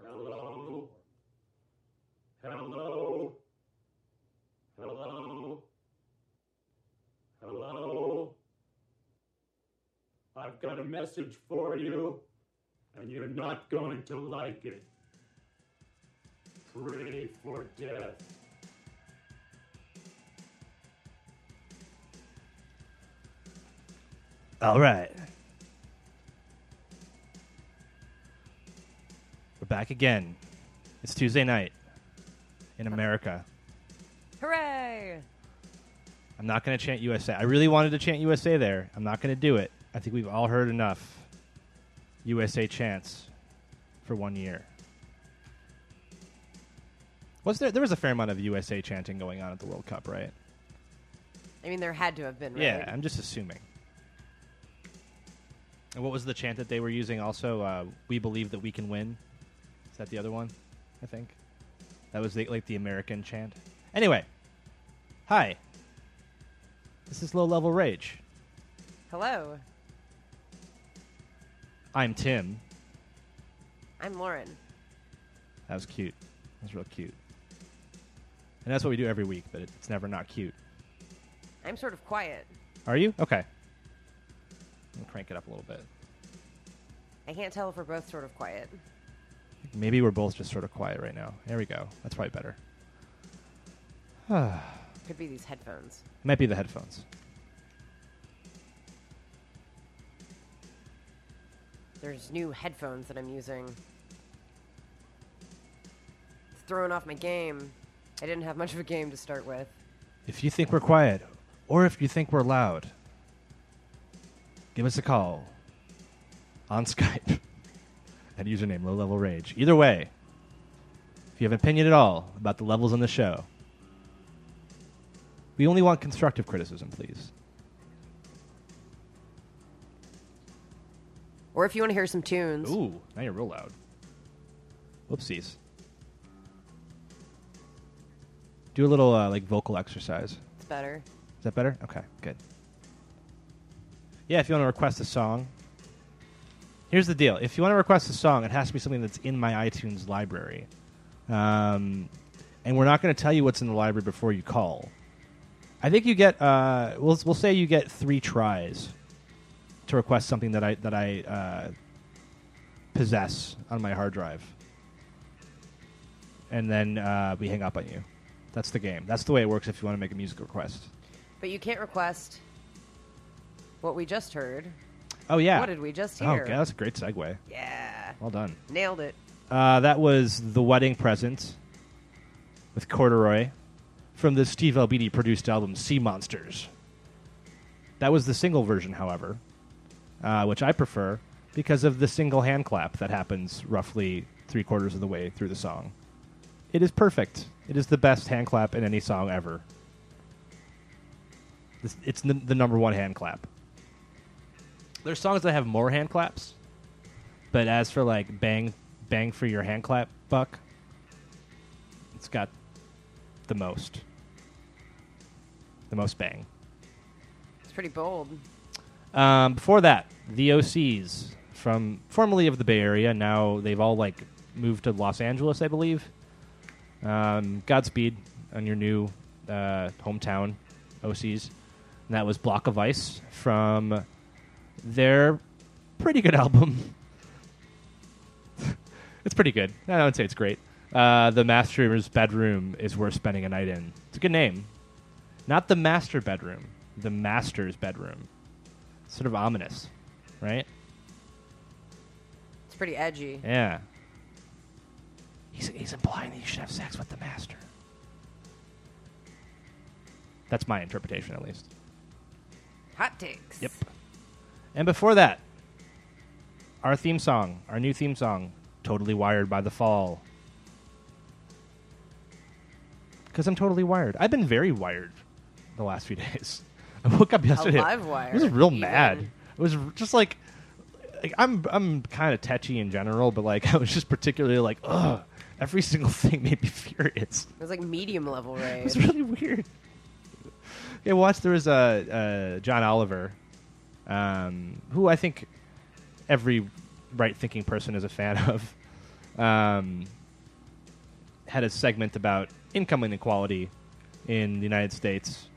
Hello? Hello? Hello? Hello? I've got a message for you, and you're not going to like it. Pray for death. All right. We're back again. It's Tuesday night in America. Hooray! I'm not going to chant USA. I really wanted to chant USA there. I'm not going to do it. I think we've all heard enough USA chants for one year. Was there there was a fair amount of USA chanting going on at the World Cup, right? I mean, there had to have been, right? Yeah, I'm just assuming. And what was the chant that they were using also? Uh, we believe that we can win. Is that the other one? I think. That was the, like the American chant. Anyway, hi. This is Low Level Rage. Hello, I'm Tim. I'm Lauren. That was cute. That was real cute. And that's what we do every week, but it, it's never not cute. I'm sort of quiet. Are you? Okay. I'm going to crank it up a little bit. I can't tell if we're both sort of quiet. Maybe we're both just sort of quiet right now. There we go. That's probably better. Ah. Could be these headphones. Might be the headphones. There's new headphones that I'm using. It's throwing off my game. I didn't have much of a game to start with. If you think we're quiet, or if you think we're loud, give us a call on Skype at username low level rage. Either way, if you have an opinion at all about the levels on the show, we only want constructive criticism, please. Or if you want to hear some tunes, Ooh, now you're real loud. Whoopsies. Do a little uh, like vocal exercise. it's better. Is that better? Okay, good. Yeah, if you want to request a song, here's the deal. If you want to request a song, it has to be something that's in my iTunes library. Um, and we're not going to tell you what's in the library before you call. I think you get. Uh, we'll we'll say you get three tries to request something that I that I uh, possess on my hard drive, and then uh, we hang up on you. That's the game. That's the way it works. If you want to make a music request. But you can't request what we just heard. Oh yeah. What did we just Oh, hear? God, that's a great segue. Yeah. Well done. Nailed it. Uh, that was the wedding present with corduroy from the Steve Albini produced album Sea Monsters. That was the single version, however, uh, which I prefer because of the single hand clap that happens roughly three quarters of the way through the song. It is perfect. It is the best hand clap in any song ever. This- It's the, the number one hand clap. There's songs that have more hand claps, but as for like bang bang for your hand clap buck, it's got the most. The most bang. It's pretty bold. Um, before that, the OCs from formerly of the Bay Area, now they've all like moved to Los Angeles, I believe. Um, Godspeed on your new uh, hometown OCs. And that was Block of Ice from their pretty good album. it's pretty good. I don't say it's great. Uh, the Master's Bedroom is worth spending a night in. It's a good name. Not the Master Bedroom, the Master's Bedroom sort of ominous, right? It's pretty edgy. Yeah. He's, he's implying that you should have sex with the master. That's my interpretation, at least. Hot takes. And before that, our theme song, our new theme song, Totally Wired by the Fall. Because I'm totally wired. I've been very wired the last few days. I woke up yesterday. live wire, I was real even. mad. I was r- just like, like I'm I'm kind of tetchy in general, but like I was just particularly like, ugh, every single thing made me furious. It was like medium level It rage. was really weird. Yeah, watch. There was a uh, John Oliver, um, who I think every right-thinking person is a fan of. um, had a segment about income inequality in the United States,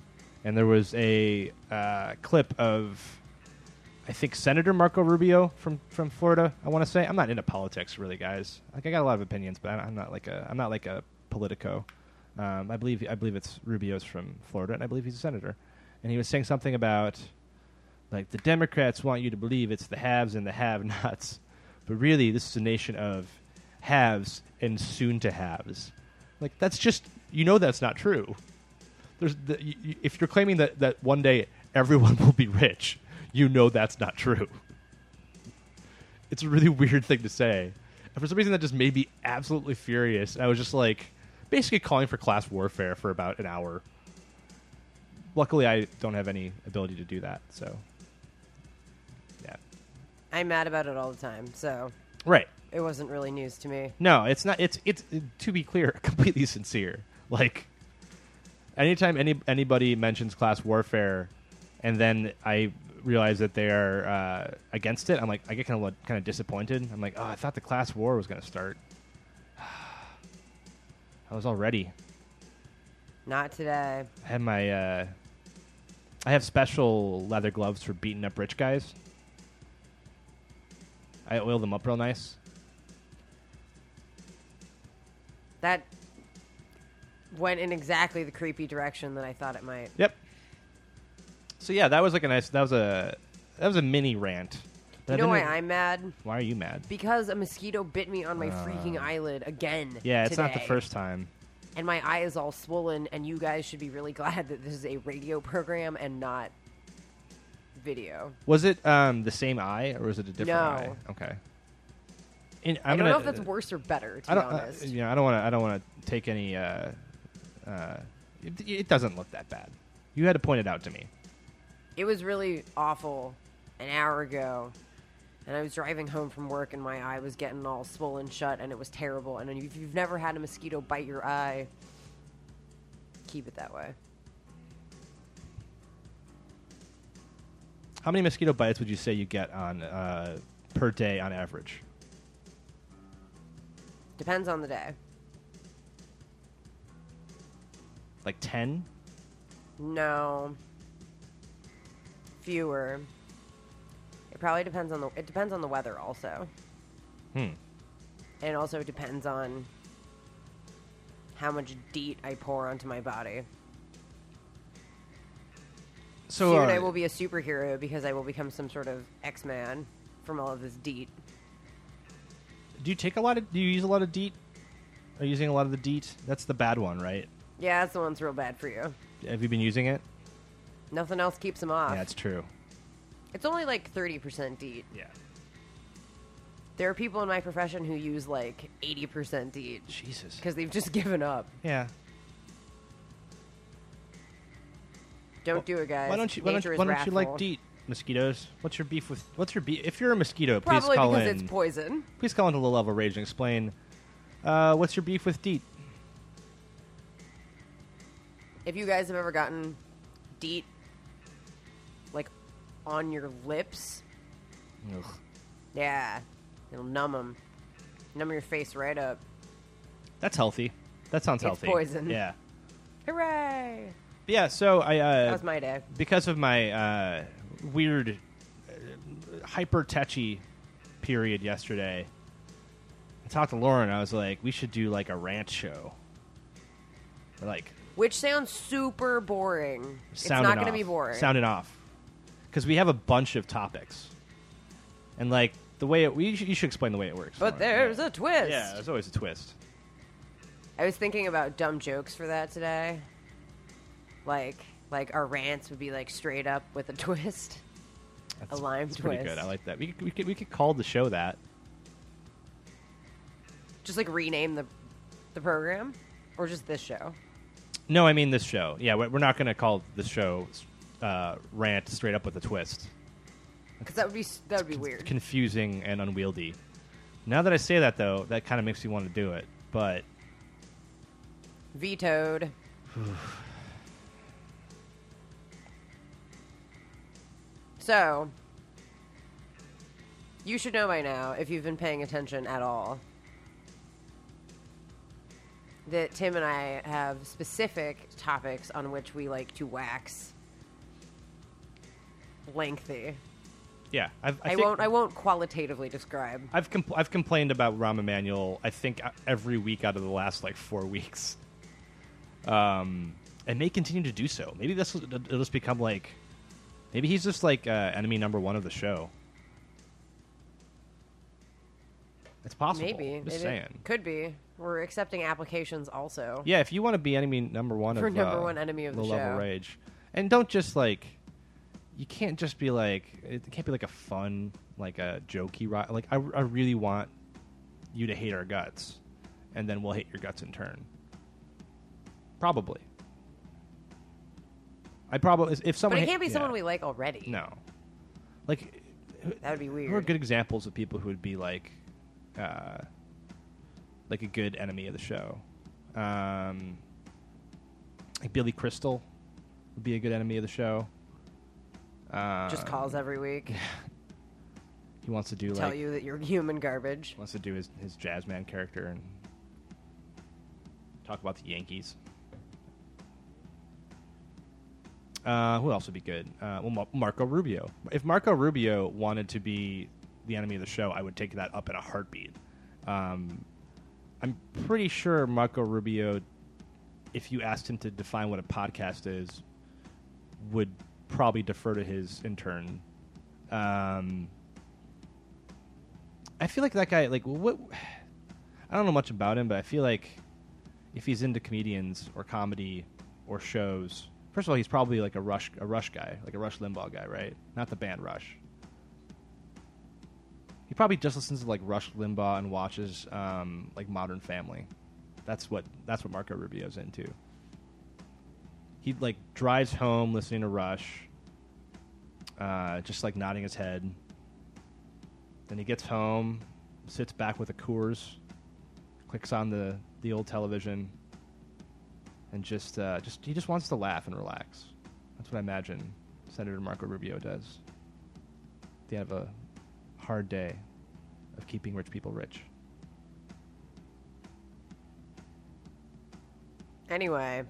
and there was a uh, clip of I think Senator Marco Rubio from from Florida. I want to say I'm not into politics really, guys. Like I got a lot of opinions, but I'm, I'm not like a I'm not like a Politico. Um, I believe I believe it's Rubio's from Florida, and I believe he's a senator. And he was saying something about like the Democrats want you to believe it's the haves and the have-nots, but really this is a nation of haves and soon-to-haves. Like that's just you know that's not true. There's the, y y if you're claiming that that one day everyone will be rich, you know that's not true. It's a really weird thing to say, and for some reason that just made me absolutely furious. And I was just like, basically calling for class warfare for about an hour. Luckily, I don't have any ability to do that, so yeah, I'm mad about it all the time, so right. it wasn't really news to me. No, it's not. It's it's to be clear, completely sincere. Like anytime any anybody mentions class warfare, and then I realize that they are uh, against it, I'm like I get kind of kind of disappointed. I'm like, oh, I thought the class war was going to start. I was all ready. Not today. I have my uh, I have special leather gloves for beating up rich guys. I oil them up real nice. That went in exactly the creepy direction that I thought it might. Yep. So yeah, that was like a nice. That was a that was a mini rant. You know why I'm mad? Why are you mad? Because a mosquito bit me on my freaking eyelid again. Ah. Yeah, it's not the today. first time. And my eye is all swollen, and you guys should be really glad that this is a radio program and not video. Was it um the same eye or was it a different No. eye? Okay. And I'm I do not gonna- know if that's worse or better, to I don't. be honest. Uh, you know, I don't want to. I don't want to take any. Uh, uh, it, it doesn't look that bad. You had to point it out to me. It was really awful an hour ago. And I was driving home from work and my eye was getting all swollen shut and it was terrible. And if you've never had a mosquito bite your eye, keep it that way. How many mosquito bites would you say you get on uh, per day on average? Depends on the day. Like ten? No. Fewer. It probably depends on the it depends on the weather also. Hmm. And it also depends on how much DEET I pour onto my body. So Soon uh, I will be a superhero because I will become some sort of X-Man from all of this E DEET. Do you take a lot of? Do you use a lot of DEET? Are you using a lot of the DEET? That's the bad one, right? Yeah, that's the one's real bad for you. Have you been using it? Nothing else keeps them off. Yeah, it's true. it's only like 30% DEET. Yeah. E There are people in my profession who use like 80% DEET Jesus. E because they've just given up. Yeah. Don't do it, guys. Why don't you? Why don't, Nature you- is why don't you like E wrathful. DEET? Mosquitoes. What's your beef with? What's your beef? If you're a mosquito, please Probably call because in. it's poison. please call into the level rage and explain. Uh, what's your beef with DEET? If you guys have ever gotten DEET like on your lips, Ugh. yeah, it'll numb them. Numb your face right up. That's healthy. That sounds It's healthy. poison. Yeah. Hooray! But yeah. So I. Uh, That was my day. because of my uh, weird uh, hyper touchy period yesterday i talked to lauren i was like we should do like a rant show Or, like Which sounds super boring. It's sound not going to be boring. sound it off because we have a bunch of topics and like the way it, we you should, you should explain the way it works Lauren. but there's a twist. yeah there's always a twist I was thinking about dumb jokes for that today. Like, like our rants would be like straight up with a twist. that's, A lime that's pretty twist. good i like that we could, we could we could call the show that Just like rename the the program, or just this show. No, I mean this show. Yeah, we- we're not going to call this show uh, rant straight up with a twist. Because that would be that would be weird. Confusing and unwieldy. Now that I say that, though, that kind of makes me want to do it. But Vetoed. so, you should know by now if you've been paying attention at all that Tim and I have specific topics on which we like to wax lengthy. Yeah, I've, I, I, think won't. I won't qualitatively describe. I've compl- I've complained about Rahm Emanuel. I think uh, every week out of the last like four weeks, um, and may continue to do so. Maybe this will, it'll just become like, maybe he's just like uh, enemy number one of the show. It's possible. Maybe just It- it saying. could be. We're accepting applications also. Yeah, if you want to be enemy number one For of number uh, one enemy of the low level show. rage, and don't just like, you can't just be like, it can't be like a fun, like a jokey ri Like I, I really want you to hate our guts, and then we'll hate your guts in turn. Probably. I probably if but someone it ha- can't be someone yeah. we like already. no, like that would be weird. who are good examples of people who would be like, uh, like a good enemy of the show? Um, like Billy Crystal would be a good enemy of the show. Uh, Just calls every week, He wants to do tell like you that you're human garbage. wants to do his his jazz man character and talk about the Yankees. Uh, who else would be good? Uh, well, Mar- Marco Rubio. If Marco Rubio wanted to be the enemy of the show, I would take that up in a heartbeat. Um, I'm pretty sure Marco Rubio, if you asked him to define what a podcast is, would probably defer to his intern. Um, I feel like that guy, like, what? I don't know much about him, but I feel like if he's into comedians or comedy or shows, first of all, he's probably like a Rush, a Rush guy, like a Rush Limbaugh guy, right? Not the band Rush. He probably just listens to like Rush Limbaugh and watches um, like Modern Family. That's what that's what Marco Rubio's into. He like drives home listening to Rush, uh, just like nodding his head. Then he gets home, sits back with a Coors, clicks on the, the old television, and just uh, just he just wants to laugh and relax. That's what I imagine Senator Marco Rubio does. At the end of a hard day of keeping rich people rich. Anyway,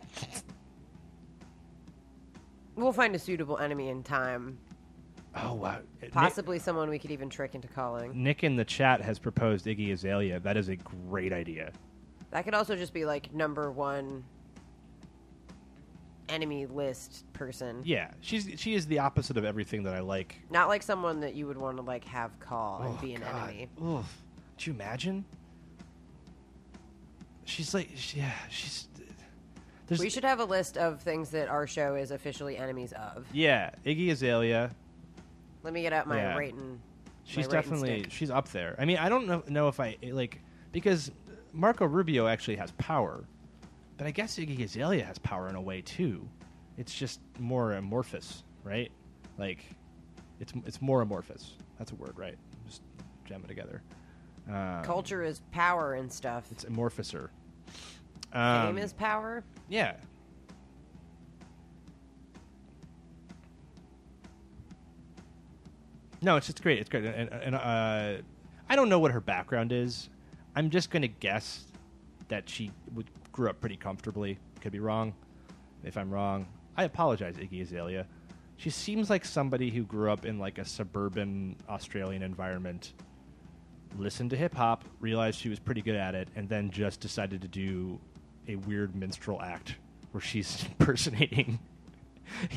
we'll find a suitable enemy in time. Oh wow! Possibly someone we could even trick into calling. Nick in the chat has proposed Iggy Azalea. That is a great idea. That could also just be like number one enemy list person. Yeah, she's she is the opposite of everything that I like Not like someone that you would want to like have call and be an Oh, God. enemy. Oof. Could you imagine? She's like, she, yeah, she's. There's, We should have a list of things that our show is officially enemies of. Yeah, Iggy Azalea. Let me get out my Yeah. rating. She's my rating definitely stick. she's up there. I mean, I don't know, know if I like because Marco Rubio actually has power, but I guess Iggy Azalea has power in a way too. It's just more amorphous, right? Like, it's it's more amorphous. That's a word, right? Just jam it together. Um, Culture is power and stuff. It's amorphouser. Fame Um, is power. Yeah. No, it's just great. It's great, and, and uh, I don't know what her background is. I'm just gonna guess that she would, grew up pretty comfortably. Could be wrong. If I'm wrong, I apologize, Iggy Azalea. She seems like somebody who grew up in like a suburban Australian environment, listened to hip hop, realized she was pretty good at it, and then just decided to do a weird minstrel act where she's impersonating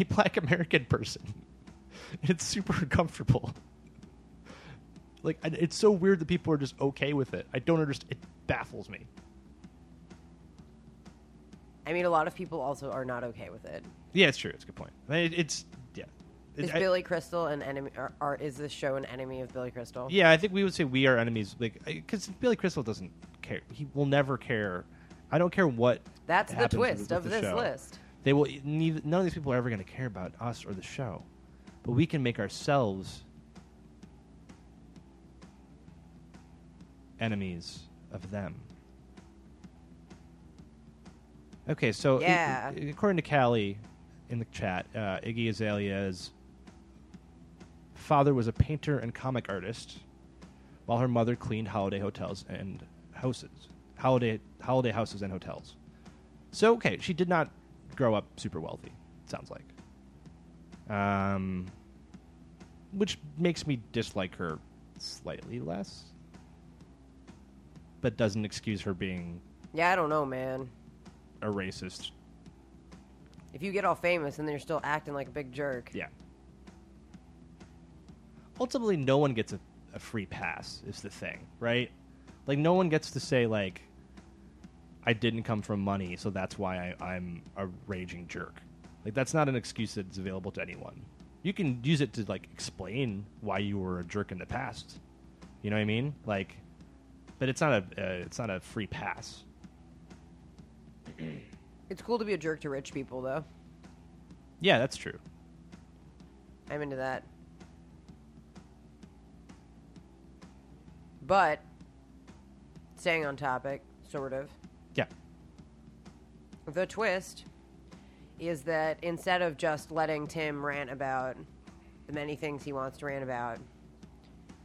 a black American person. It's super uncomfortable. Like, I- it's so weird that people are just okay with it. I don't understand. It baffles me. I mean, a lot of people also are not okay with it. Yeah, it's true. It's a good point. I mean, it, it's yeah. It- Is I- Billy Crystal an enemy? Or, or is this show an enemy of Billy Crystal? Yeah, I think we would say we are enemies. Like, because Billy Crystal doesn't care. He will never care. I don't care what. That's the happens with- twist with of the this show. list. They will. Neither, none of these people are ever going to care about us or the show, but we can make ourselves enemies of them. Okay, so i- Yeah. i- according to Callie in the chat, uh, Iggy Azalea's father was a painter and comic artist, while her mother cleaned holiday hotels and houses. holiday holiday houses and hotels. So okay, she did not grow up super wealthy. Sounds like, um, which makes me dislike her slightly less, but doesn't excuse her being Yeah, I don't know, man. a racist. If you get all famous and then you're still acting like a big jerk. Yeah. Ultimately, no one gets a, a free pass. Is the thing right? Like, no one gets to say like, "I didn't come from money, so that's why I, I'm a raging jerk." Like, that's not an excuse that's available to anyone. You can use it to like explain why you were a jerk in the past. You know what I mean? Like, but it's not a uh, it's not a free pass. It's cool to be a jerk to rich people, though. Yeah, that's true. I'm into that. But staying on topic, sort of. Yeah, The twist is that instead of just letting Tim rant about the many things he wants to rant about,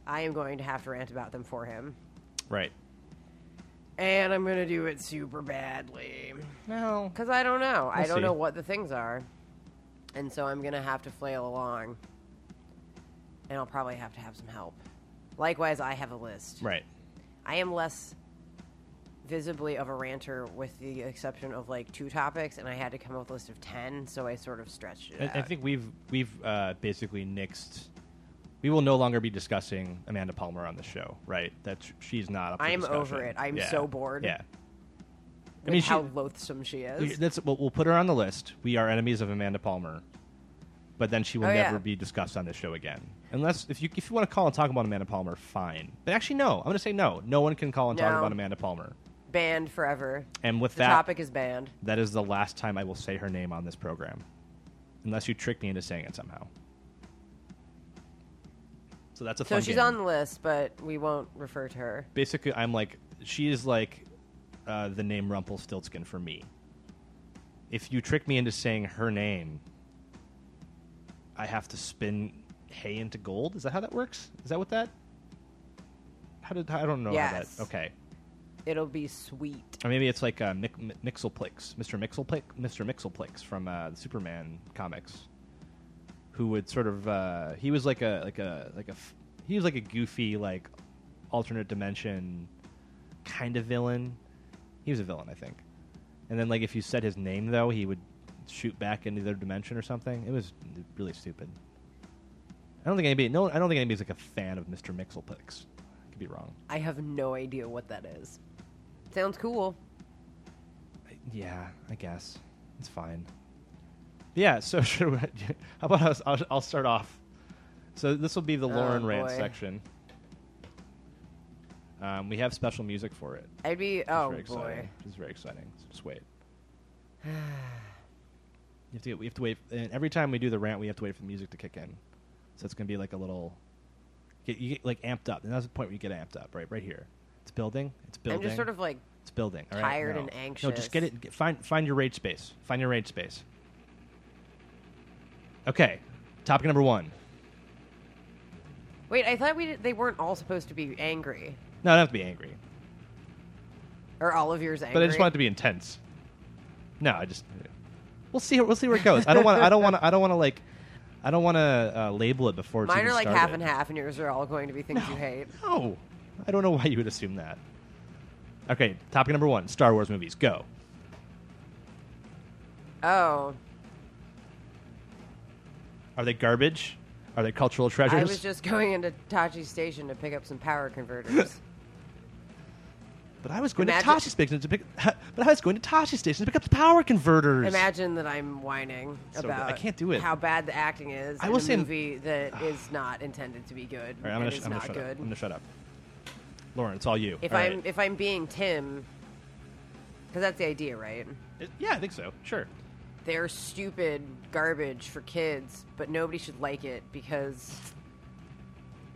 I am going to have to rant about them for him. right. And I'm going to do it super badly. No, Because I don't know. I We'll don't see. know what the things are. And so I'm going to have to flail along. And I'll probably have to have some help. Likewise, I have a list. right. I am less visibly of a ranter with the exception of like two topics, and I had to come up with a list of 10, so I sort of stretched it. I, I out. think we've we've uh, basically nixed. We will no longer be discussing Amanda Palmer on the show, right? That sh- she's not. Up for I am discussion. over it. I'm Yeah. so bored. Yeah, With mean, she- how loathsome she we, is. that's we'll, we'll put her on the list. We are enemies of Amanda Palmer, but then she will Oh, yeah. never be discussed on this show again. Unless if you if you want to call and talk about Amanda Palmer, fine. But actually, no. I'm going to say no. No one can call and talk No. about Amanda Palmer. Banned forever. And with The that, topic is banned. that is the last time I will say her name on this program, unless you trick me into saying it somehow. So that's a So fun she's game. on the list, but we won't refer to her. basically I'm like she is like uh, the name Rumpelstiltskin for me. If you trick me into saying her name, I have to spin hay into gold. Is that how that works? Is that what that? How did I don't know Yes. how that? Okay, It'll be sweet. or maybe it's like uh, Mick, M- Mixelplix, Mr. Mixelplix, Mr. Mixelplix from uh, the Superman comics, who would sort of uh, he was like a like a like a f- he was like a goofy like alternate dimension kind of villain. He was a villain, I think. And then like if you said his name though, he would shoot back into their dimension or something. It was really stupid. I don't think anybody no I don't think anybody's like a fan of Mr. Mixelplix. I could be wrong. I have no idea what that is. Sounds cool. Yeah, I guess it's fine. Yeah, so should we, how about us? I'll, I'll start off. So this will be the Lauren rant Oh, boy. section. Um, we have special music for it. I'd be which is oh very boy. exciting. Which is very exciting. So just wait. You have to we have to wait, and every time we do the rant, we have to wait for the music to kick in. So it's gonna be like a little, get, you get like amped up, and that's the point where you get amped up, right? Right here, it's building, it's building. I'm just sort of like It's building. all right? Tired No. and No, just get anxious. it. Get, find find your rage space. Find your rage space. Okay, topic number one. wait. I thought we did, they weren't all supposed to be angry. No, I don't have to be angry, Or all of yours angry. but I just want it to be intense. No, I just we'll see. We'll see where it goes. I don't want. I don't want. I don't want to like. I don't want to uh, label it before. it's Mine even are like started. half and half, and yours are all going to be things you hate. No, I don't know why you would assume that. Okay, topic number one: Star Wars movies. Go. Oh, Are they garbage? Are they cultural treasures? I was just going into Tachi Station to pick up some power converters. But I was going Imagine- to Tashi Station to pick. But I was going to Tashi Station to pick up power converters. Imagine that I'm whining So good. about I can't do it. how bad the acting is. I in will a say- movie that is not intended to be good. All right, I'm and gonna, sh- is I'm gonna not shut up. good. I'm gonna shut up. Lauren, it's all you. if All I'm right. if I'm being Tim, because that's the idea, right? It- yeah, I think so. Sure. They're stupid garbage for kids, but nobody should like it because.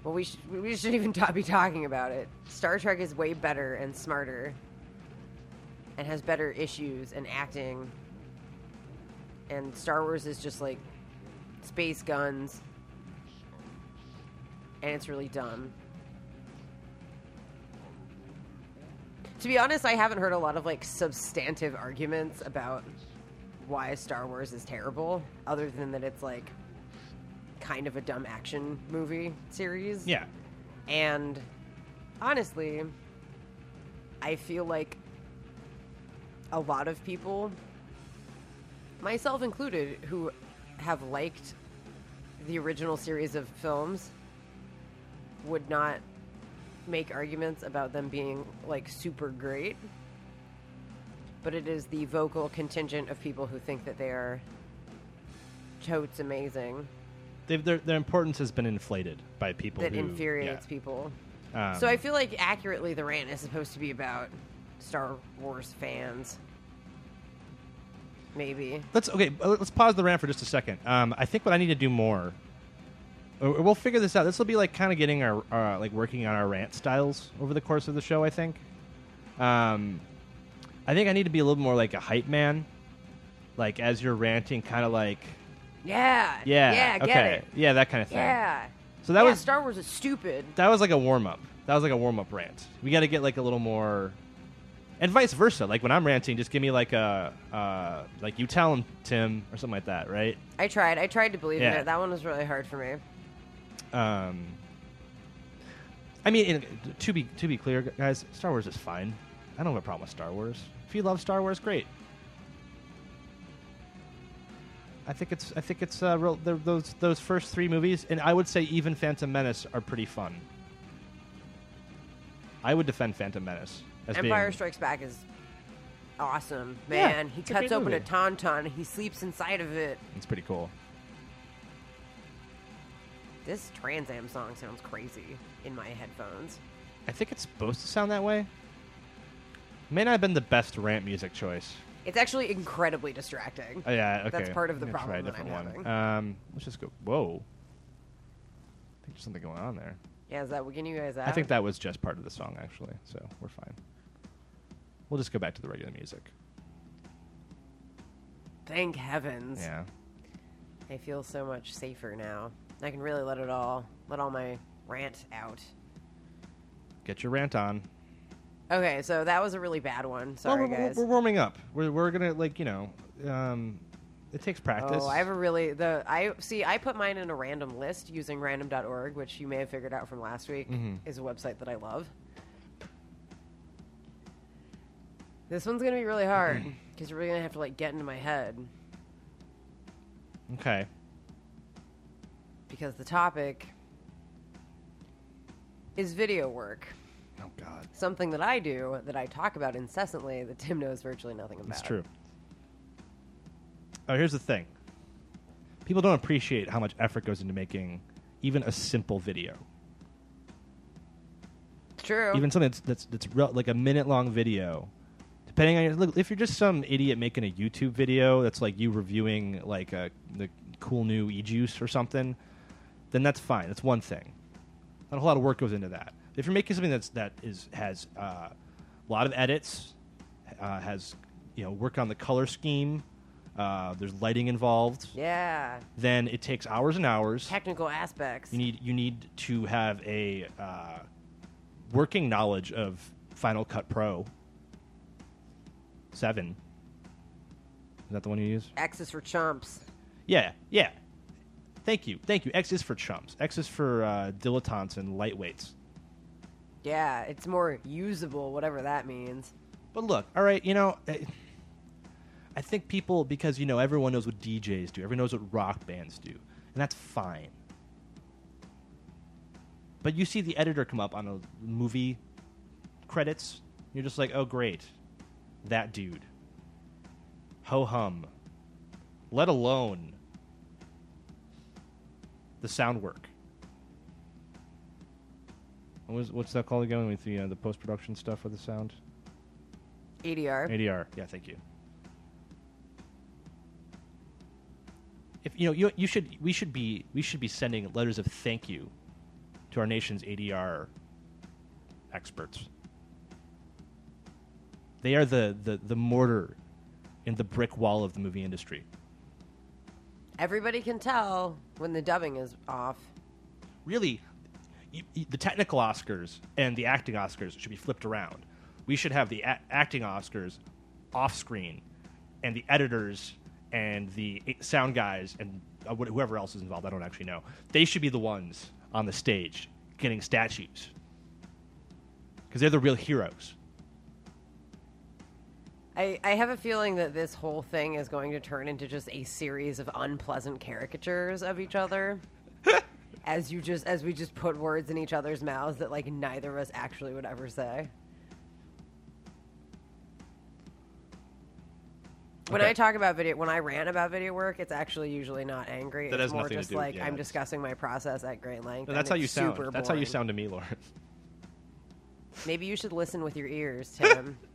Well, we should we shouldn't even ta- be talking about it. Star Trek is way better and smarter, and has better issues and acting. And Star Wars is just like space guns, and it's really dumb. To be honest, I haven't heard a lot of like substantive arguments about why Star Wars is terrible, other than that it's like kind of a dumb action movie series. Yeah. And honestly, I feel like a lot of people, myself included, who have liked the original series of films would not make arguments about them being like super great. But it is the vocal contingent of people who think that they are totes amazing They've, their, their importance has been inflated by people that who, infuriates yeah. people. Um, So I feel like accurately the rant is supposed to be about Star Wars fans. Maybe. let's okay. uh, Let's pause the rant for just a second. Um, I think what I need to do more. or- or We'll figure this out. This will be like kind of getting our, our like working on our rant styles over the course of the show. I think. Um, I think I need to be a little more like a hype man, like as you're ranting, kind of like Yeah. yeah, Yeah, get okay, it. yeah, that kind of thing. Yeah. So that Yeah, was Star Wars is stupid. that was like a warm up. That was like a warm up rant. We got to get like a little more, and vice versa. Like when I'm ranting, just give me like a uh, like you tell him Tim or something like that, right? I tried. I tried to believe in Yeah. it. That one was really hard for me. Um, I mean, it, to be to be clear, guys, Star Wars is fine. I don't have a problem with Star Wars. If you love Star Wars, great. I think it's I think it's uh, real, the, those those first three movies, and I would say even Phantom Menace are pretty fun. I would defend Phantom Menace as Empire being, Strikes Back is awesome, Yeah, man. he it's a great cuts open a movie. tauntaun. He sleeps inside of it. It's pretty cool. This Trans Am song sounds crazy in my headphones. I think it's supposed to sound that way. May not have been the best rant music choice. It's actually incredibly distracting. Oh, yeah, okay. That's part of the I'm gonna problem that try a I'm different one. Um, let's just go. Whoa, I think there's something going on there. yeah, is that waking you guys out? I think that was just part of the song, actually. So we're fine. We'll just go back to the regular music. Thank heavens. Yeah. I feel so much safer now. I can really let it all, let all my rant out. Get your rant on. Okay, so that was a really bad one. Well, Sorry, we're, we're- guys. we're warming up. We're, we're gonna like you know, um, it takes practice. Oh, I have a really the I see I put mine in a random list using random.org, which you may have figured out from last week Mm-hmm. is a website that I love. This one's gonna be really hard Mm-hmm. because you're really gonna have to like get into my head okay. because the topic is video work, Oh God, something that I do that I talk about incessantly that Tim knows virtually nothing about. that's true. Oh, here's the thing. People don't appreciate how much effort goes into making even a simple video. It's true. even something that's that's, that's real, like a minute long video depending on your look if you're just some idiot making a youtube video that's like you reviewing like a, the cool new e-juice or something then that's fine that's one thing not a whole lot of work goes into that if you're making something that's that is has uh, a lot of edits uh, has you know work on the color scheme uh, there's lighting involved yeah, then it takes hours and hours technical aspects. you need you need to have a uh, working knowledge of Final Cut Pro Seven. Is that the one you use? Access for chumps. Yeah, yeah. Thank you, thank you. X is for chumps. X is for uh, dilettantes and lightweights. Yeah, it's more usable, whatever that means. But look, all right, you know, I- I think people because you know everyone knows what DJs do, everyone knows what rock bands do, and that's fine. But you see the editor come up on a movie credits, you're just like, oh great, that dude. Ho hum. Let alone the sound work. What was, what's that called again with the uh, the post production stuff with the sound? ADR. ADR. Yeah, thank you. If you know, you, you should we should be we should be sending letters of thank you to our nation's ADR experts. They are the the, the mortar in the brick wall of the movie industry. Everybody can tell when the dubbing is off. Really, you, you- the technical Oscars and the acting Oscars should be flipped around. we should have the a- acting Oscars off screen, and the editors and the sound guys and uh, wh- whoever else is involved. I don't actually know. They should be the ones on the stage getting statues because they're the real heroes. I, I have a feeling that this whole thing is going to turn into just a series of unpleasant caricatures of each other. as you just as we just put words in each other's mouths that like neither of us actually would ever say. When Okay. I talk about video, when I rant about video work, it's actually usually not angry. That it's has more nothing to just do- like yeah, I'm that's- discussing my process at great length. And that's how and you it's sound. super That's how you boring. sound to me, Lauren. Maybe you should listen with your ears, Tim.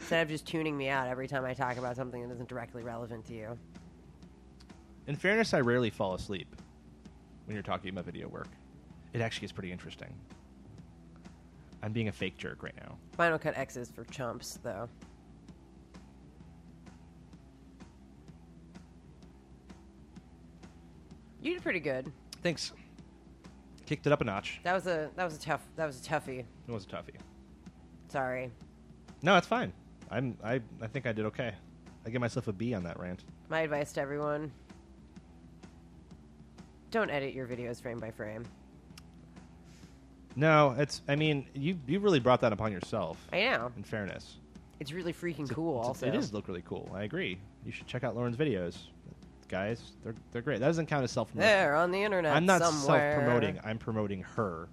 Instead of just tuning me out every time I talk about something that isn't directly relevant to you. In fairness, I rarely fall asleep when you're talking about video work. It actually is pretty interesting. I'm being a fake jerk right now. Final Cut X is for chumps, though. You did pretty good. Thanks. Kicked it up a notch. That was a that was a tough that was a toughie. It was a toughie. Sorry, No, it's fine. I'm I I think I did okay. I give myself a B on that rant. my advice to everyone: don't edit your videos frame by frame. No, it's I mean, you you really brought that upon yourself. I know In fairness. it's really freaking It's a- cool. it's a- also, it is look really cool. I agree. You should check out Lauren's videos. Guys, they're they're great. That doesn't count as self-promotion. there on the internet. I'm not somewhere. self-promoting. I'm promoting her,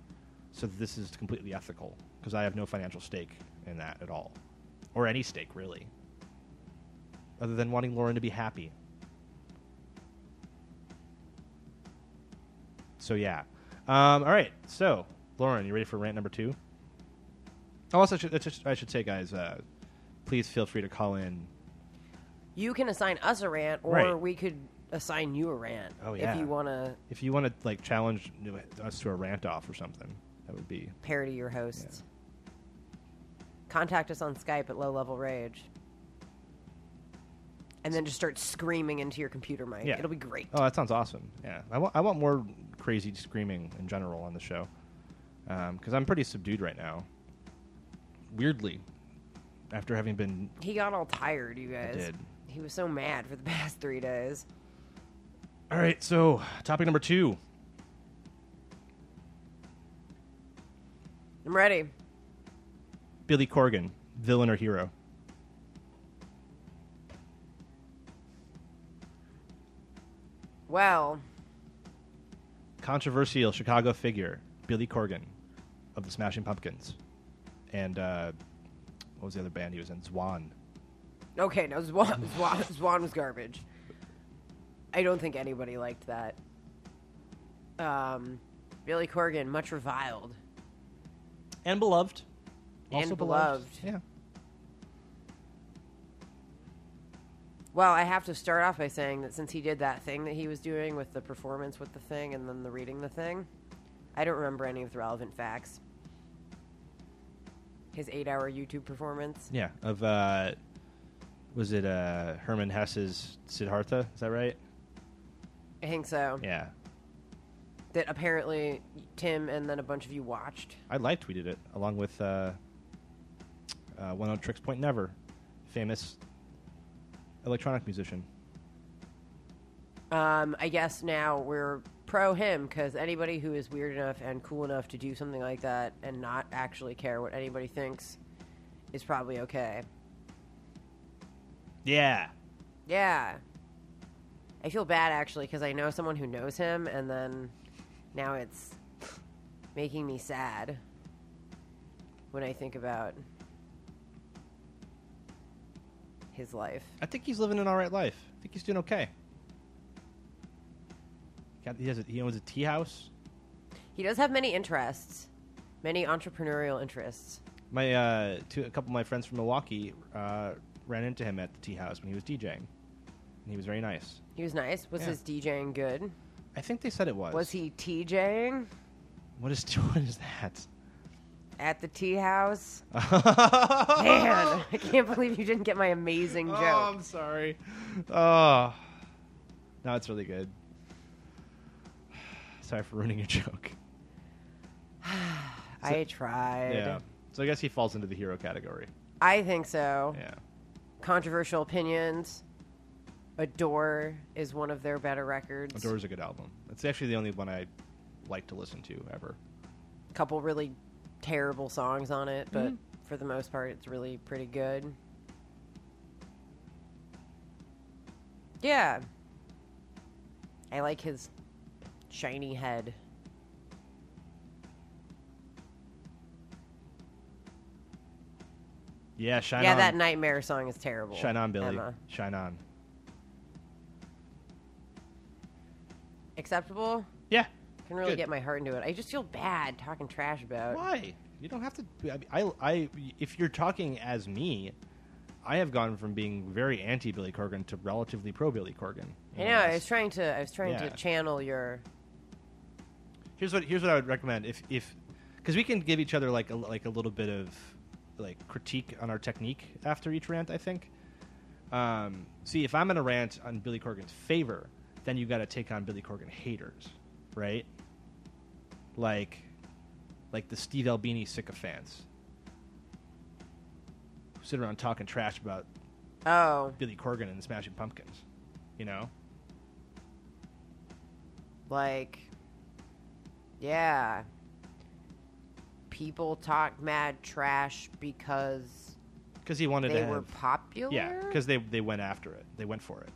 so this is completely ethical because I have no financial stake in that at all, or any stake really, other than wanting Lauren to be happy. So yeah, um, all right. So Lauren, you ready for rant number two? Oh, Also, I should, I should- I should say, guys, uh, please feel free to call in. You can assign us a rant, or Right. we could assign you a rant. Oh, yeah. If you want to If you want to like challenge us to a rant off or something, that would be parody your hosts. Contact us on Skype at Low Level Rage. And then just start screaming into your computer mic. Yeah. It'll be great. Oh, that sounds awesome. Yeah, I want I want more crazy screaming in general on the show because I'm pretty subdued right now. Weirdly, after having been He got all tired, you guys. did. He was so mad for the past three days. all right. So topic number two. I'm ready. Billy Corgan, villain or hero? Well, Controversial Chicago figure, Billy Corgan of the Smashing Pumpkins. And uh, what was the other band he was in? Zwan. okay, no, Zwan, Zwan, Zwan was garbage. I don't think anybody liked that. Um, Billy Corgan, much reviled. And beloved. And beloved. Yeah. Well, I have to start off by saying that since he did that thing that he was doing with the performance with the thing and then the reading the thing, I don't remember any of the relevant facts. His eight hour YouTube performance. Yeah, of uh, was it uh, Herman Hesse's Siddhartha? Is that right? I think so. Yeah, That apparently Tim and then a bunch of you watched. I live tweeted it along with uh, uh, One on Tricks Point Never, famous electronic musician. Um, I guess now we're pro him because anybody who is weird enough and cool enough to do something like that and not actually care what anybody thinks is probably okay. Yeah, Yeah. I feel bad actually because I know someone who knows him, and then now it's making me sad when I think about his life. I think he's living an all right life. I think he's doing okay. Got, he has a, he owns a tea house. He does have many interests, many entrepreneurial interests. My uh, two, a couple of my friends from Milwaukee uh, ran into him at the tea house when he was DJing, and he was very nice. He was nice. Was Yeah. his DJing good? I think they said it was. Was he TJing What is what is that? at the tea house? Man, I can't believe you didn't get my amazing joke. Oh, I'm sorry. Oh, no, it's really good. Sorry for ruining your joke. I tried. Yeah. So I guess he falls into the hero category. I think so. Yeah. Controversial opinions. Adore is one of their better records. Adore is a good album. It's actually the only one I like to listen to ever. couple really terrible songs on it, but for the most part, it's really pretty good. Yeah. I like his shiny head. Yeah, Shine yeah, On. that nightmare song is terrible. Shine On, Billy. Emma. Shine On. Acceptable? Yeah. Can really Good. get my heart into it. I just feel bad talking trash about. Why? You don't have to. I, I, I, if you're talking as me, I have gone from being very anti Billy Corgan to relatively pro Billy Corgan. I know. I was trying to. I was trying Yeah. to channel your. here's what here's what I would recommend if if because we can give each other like a, like a little bit of like critique on our technique after each rant. I think. Um, see, if I'm gonna rant on Billy Corgan's favor, then you got to take on Billy Corgan haters, right? Like, like the Steve Albini sycophants who sit around talking trash about Oh, Billy Corgan and the Smashing Pumpkins, you know? like, yeah. People talk mad trash because Because he wanted they to were have popular. Yeah, because they they went after it. They went for it.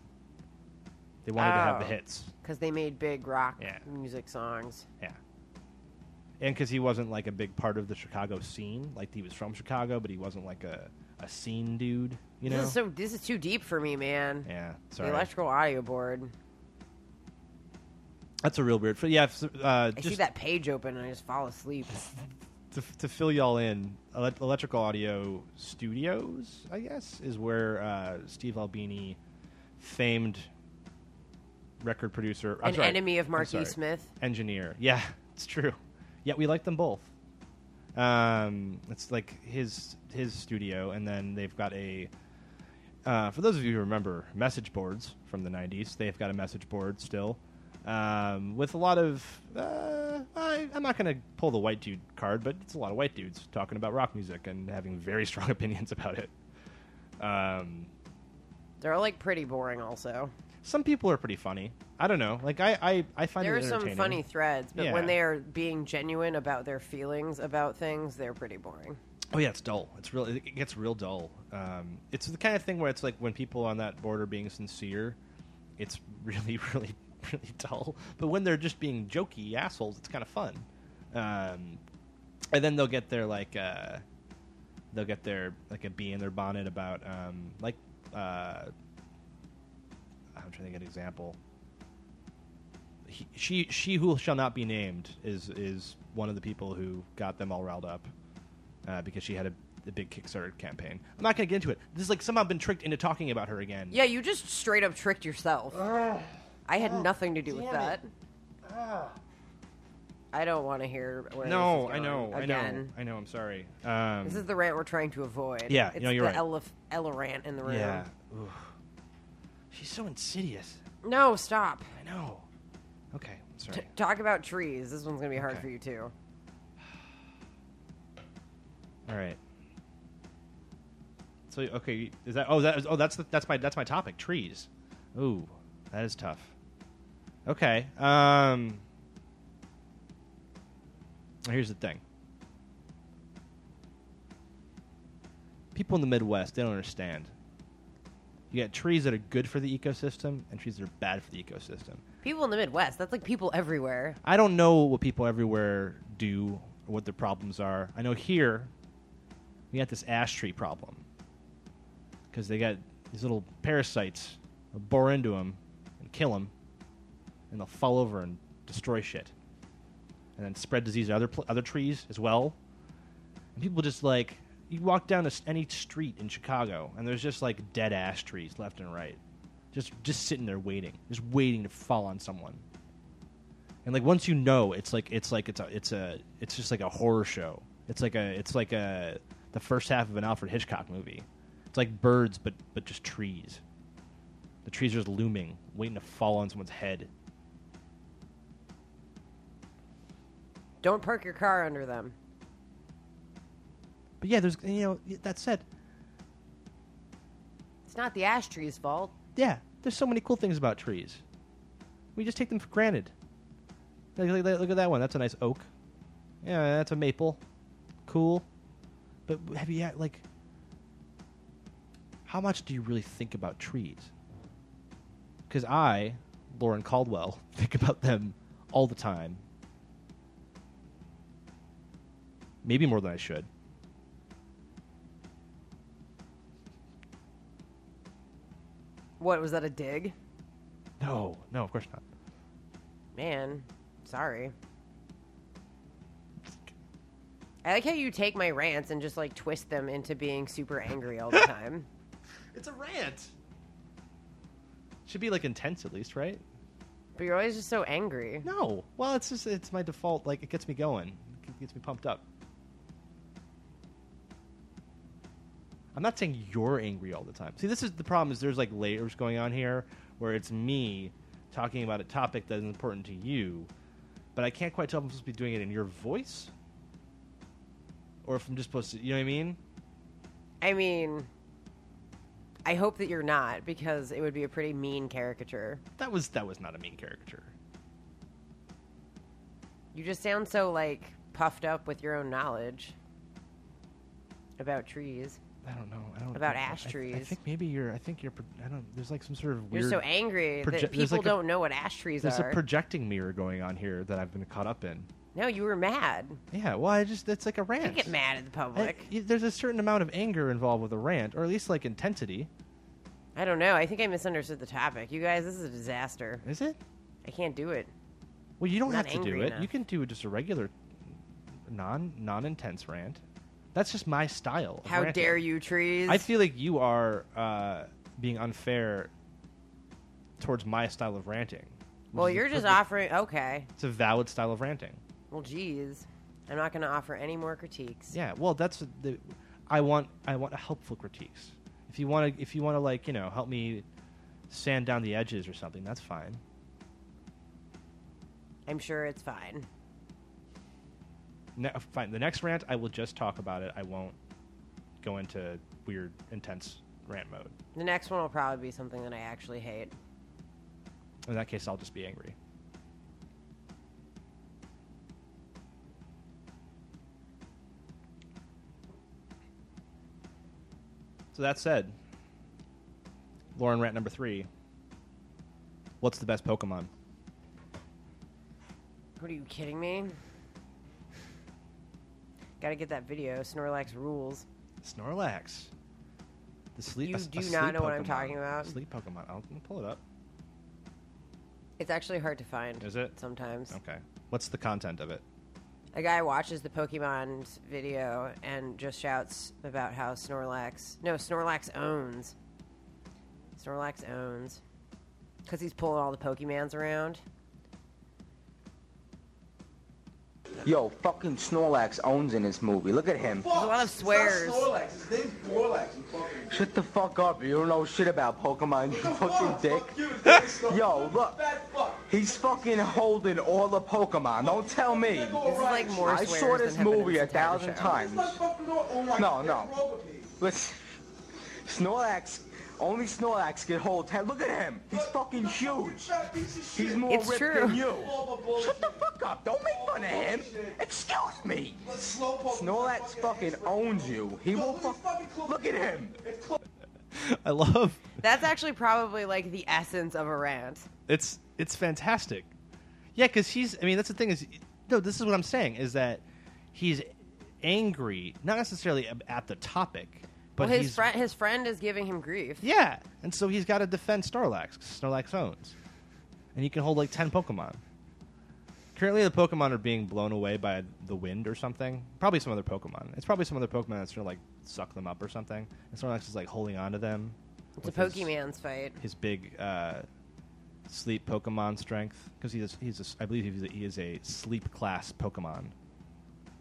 They wanted to have the Oh. hits. 'Cause they made big rock Yeah. music songs. Yeah, and because he wasn't like a big part of the Chicago scene. Like he was from Chicago, but he wasn't like a a scene dude. You know? This is so. This is too deep for me, man. yeah. the Sorry. electrical audio board. That's a real weird. f- Yeah. f- Uh, I just see that page open and I just fall asleep. to, to fill y'all in, Ele- Electrical Audio Studios, I guess, is where uh, Steve Albini, famed record producer, I'm An sorry, enemy of I'm Mark E. sorry, Smith. engineer. Yeah, it's true. Yet we like them both. Um, it's like his his studio, and then they've got a. Uh, for those of you who remember message boards from the '90s, they've got a message board still, um, with a lot of. Uh, I, I'm not going to pull the white dude card, but it's a lot of white dudes talking about rock music and having very strong opinions about it. Um, They're like pretty boring, also. some people are pretty funny. I don't know. Like I, I, I find There it are some entertaining. funny threads, but when Yeah. they are being genuine about their feelings about things, they're pretty boring. Oh yeah, it's dull. It's real. It gets real dull. Um, it's the kind of thing where it's like when people on that board are being sincere, it's really, really, really dull. But when they're just being jokey assholes, it's kind of fun. Um, and then they'll get their like, uh, they'll get their like a bee in their bonnet about um, like, uh, I'm trying to get an example. He, she, she who shall not be named is is one of the people who got them all riled up uh, because she had a, a big Kickstarter campaign. I'm not going to get into it. This is like somehow been tricked into talking about her again. Yeah, you just straight up tricked yourself. I had nothing to do with Oh, damn that. it. I don't want to hear where No, this I is know, going I know, Again, I know. I'm sorry. Um, This is the rant we're trying to avoid. Yeah, it's no, you're the right. Elef- Elorant in the room. yeah. Oof. She's so insidious. No, stop. I know. Okay, I'm T- sorry. talk about trees. This one's gonna be hard Okay. for you too. All right. So okay, is that? Oh, that is, oh, that's the, that's my that's my topic. Trees. Ooh, that is tough. Okay. Um. Here's the thing. People in the Midwest they don't understand. You got trees that are good for the ecosystem and trees that are bad for the ecosystem. People in the Midwest. That's like people everywhere. I don't know what people everywhere do or what their problems are. I know here we got this ash tree problem because they got these little parasites that bore into them and kill them, and they'll fall over and destroy shit, and then spread disease to other pl- other trees as well. And people just like you walk down a s any street in Chicago, and there's just like dead ash trees left and right, just just sitting there waiting, just waiting to fall on someone. And like once you know, it's like it's like it's a it's a it's just like a horror show. It's like a it's like a the first half of an Alfred Hitchcock movie. It's like birds, but but just trees. The trees are just looming, waiting to fall on someone's head. Don't park your car under them. But yeah, there's you know that said, It's not the ash tree's fault. yeah, there's so many cool things about trees. We just take them for granted. Like, like, like, look at that one. That's a nice oak. Yeah, that's a maple. Cool. But have you had, like, how much do you really think about trees? Because I, Lauren Caldwell, think about them all the time. Maybe more than I should. What was that a dig? No, no, of course not. Man, sorry. I like how you take my rants and just like twist them into being super angry all the time. It's a rant. Should be like intense at least, right? But you're always just so angry. No. Well, it's just it's my default. Like it gets me going. It gets me pumped up. I'm not saying you're angry all the time. See, this is the problem. Is there's like layers going on here where it's me talking about a topic that is important to you, but I can't quite tell if I'm supposed to be doing it in your voice or if I'm just supposed to. You know what I mean? I mean, I hope that you're not because it would be a pretty mean caricature. That was that was not a mean caricature. You just sound so like puffed up with your own knowledge about trees. I don't know. I don't About I- ash I- I, trees. think maybe you're. I think you're. pro- I don't. There's like some sort of You're weird. so angry proje- that there's people like a- don't know what ash trees There's a are. projecting mirror going on here that I've been caught up in. no, you were mad. Yeah, well, I just it's like a You rant. get mad at the I- public. y- there's a certain amount of anger involved with a rant, or at least like intensity. I don't know. I think I misunderstood the topic. You guys, this is a disaster. Is it? I can't do it. Well, you don't Not have to do angry it. enough. You can do just a regular, non non intense rant. That's just my style. of How ranting. dare you, trees? I feel like you are uh, being unfair towards my style of ranting. which well, is a you're just perfect- offering. Okay. It's a valid style of ranting. Well, geez. I'm not going to offer any more critiques. Yeah, well, that's the. I want I want helpful critiques. If you want to, if you want to, like you know, help me sand down the edges or something, that's fine. I'm sure it's fine. Ne- uh, fine. The next rant, I will just talk about it. I won't go into weird, intense rant mode. The next one will probably be something that I actually hate. In that case, I'll just be angry. So that said, Lauren rant number three. What's the best Pokemon? What are you kidding me? Gotta get that video. Snorlax rules. Snorlax. The sleep. You a- a do sleep not know what I'm Pokemon. talking about. Sleep Pokemon. I'll I'll pull it up. It's actually hard to find. Is it? Sometimes. Okay. What's the content of it? A guy watches the Pokemon video and just shouts about how Snorlax. No, Snorlax owns. Snorlax owns. Because he's pulling all the Pokemons around. Yo, fucking Snorlax owns in this movie. Look at him. There's a lot of swears. Snorlax. His name's Borlax. You fucking. Shut the fuck up. You don't know shit about Pokemon, you fucking Fuck, dick. fuck you, his name is Snorlax. Yo, look. Fat fuck. He's fucking holding all the Pokemon. Don't tell me. Go This is around like and more I swears saw this than happened in movie a this entire thousand show. shit. It's times. like fucking Nor- oh my No, God, no. what's wrong with you? Listen. Snorlax, only Snorlax can hold ten. Look at him. He's Look, fucking you fucking huge. fat piece of shit. He's more It's ripped true. than you. All the bullshit. Shut the fuck up. Don't make fun of him. Excuse me. Let Slowpoke Snorlax fucking ass owns you. He Look, will look at his fucking fuck. clothes. Look at him. It's close. I love. That's actually probably like the essence of a rant. It's it's fantastic. Yeah, because he's. I mean, that's the thing is. No, this is what I'm saying is that he's angry, not necessarily ab- at the topic, but Well, his he's friend, his friend is giving him grief. yeah, and so he's got to defend Snorlax. 'cause Snorlax owns, and he can hold like ten Pokemon. Currently, the Pokemon are being blown away by the wind or something. Probably some other Pokemon. It's probably some other Pokemon that's gonna like suck them up or something. And Snorlax is like holding on to them. It's a with his- Pokemon's fight. his big uh, sleep Pokemon strength because he's he's a, I believe he's a, he is a sleep class Pokemon.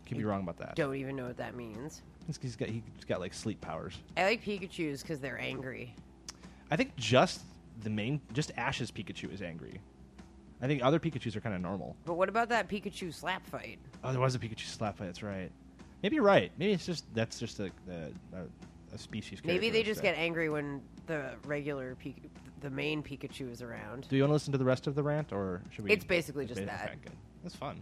Could be wrong about that. Don't even know what that means. He's- He's got he's got like sleep powers. I like Pikachu's because they're angry. I think just the main just Ash's Pikachu is angry. I think other Pikachu's are kind of normal. But what about that Pikachu slap fight? Oh, there was a Pikachu slap fight. That's right. Maybe you're right. Maybe it's just that's just a a, a, a species. Maybe they characteristic. just get angry when the regular Pik- the main Pikachu is around. Do you want to listen to the rest of the rant, or should we? It's basically just basi- that. okay, good. That's fun.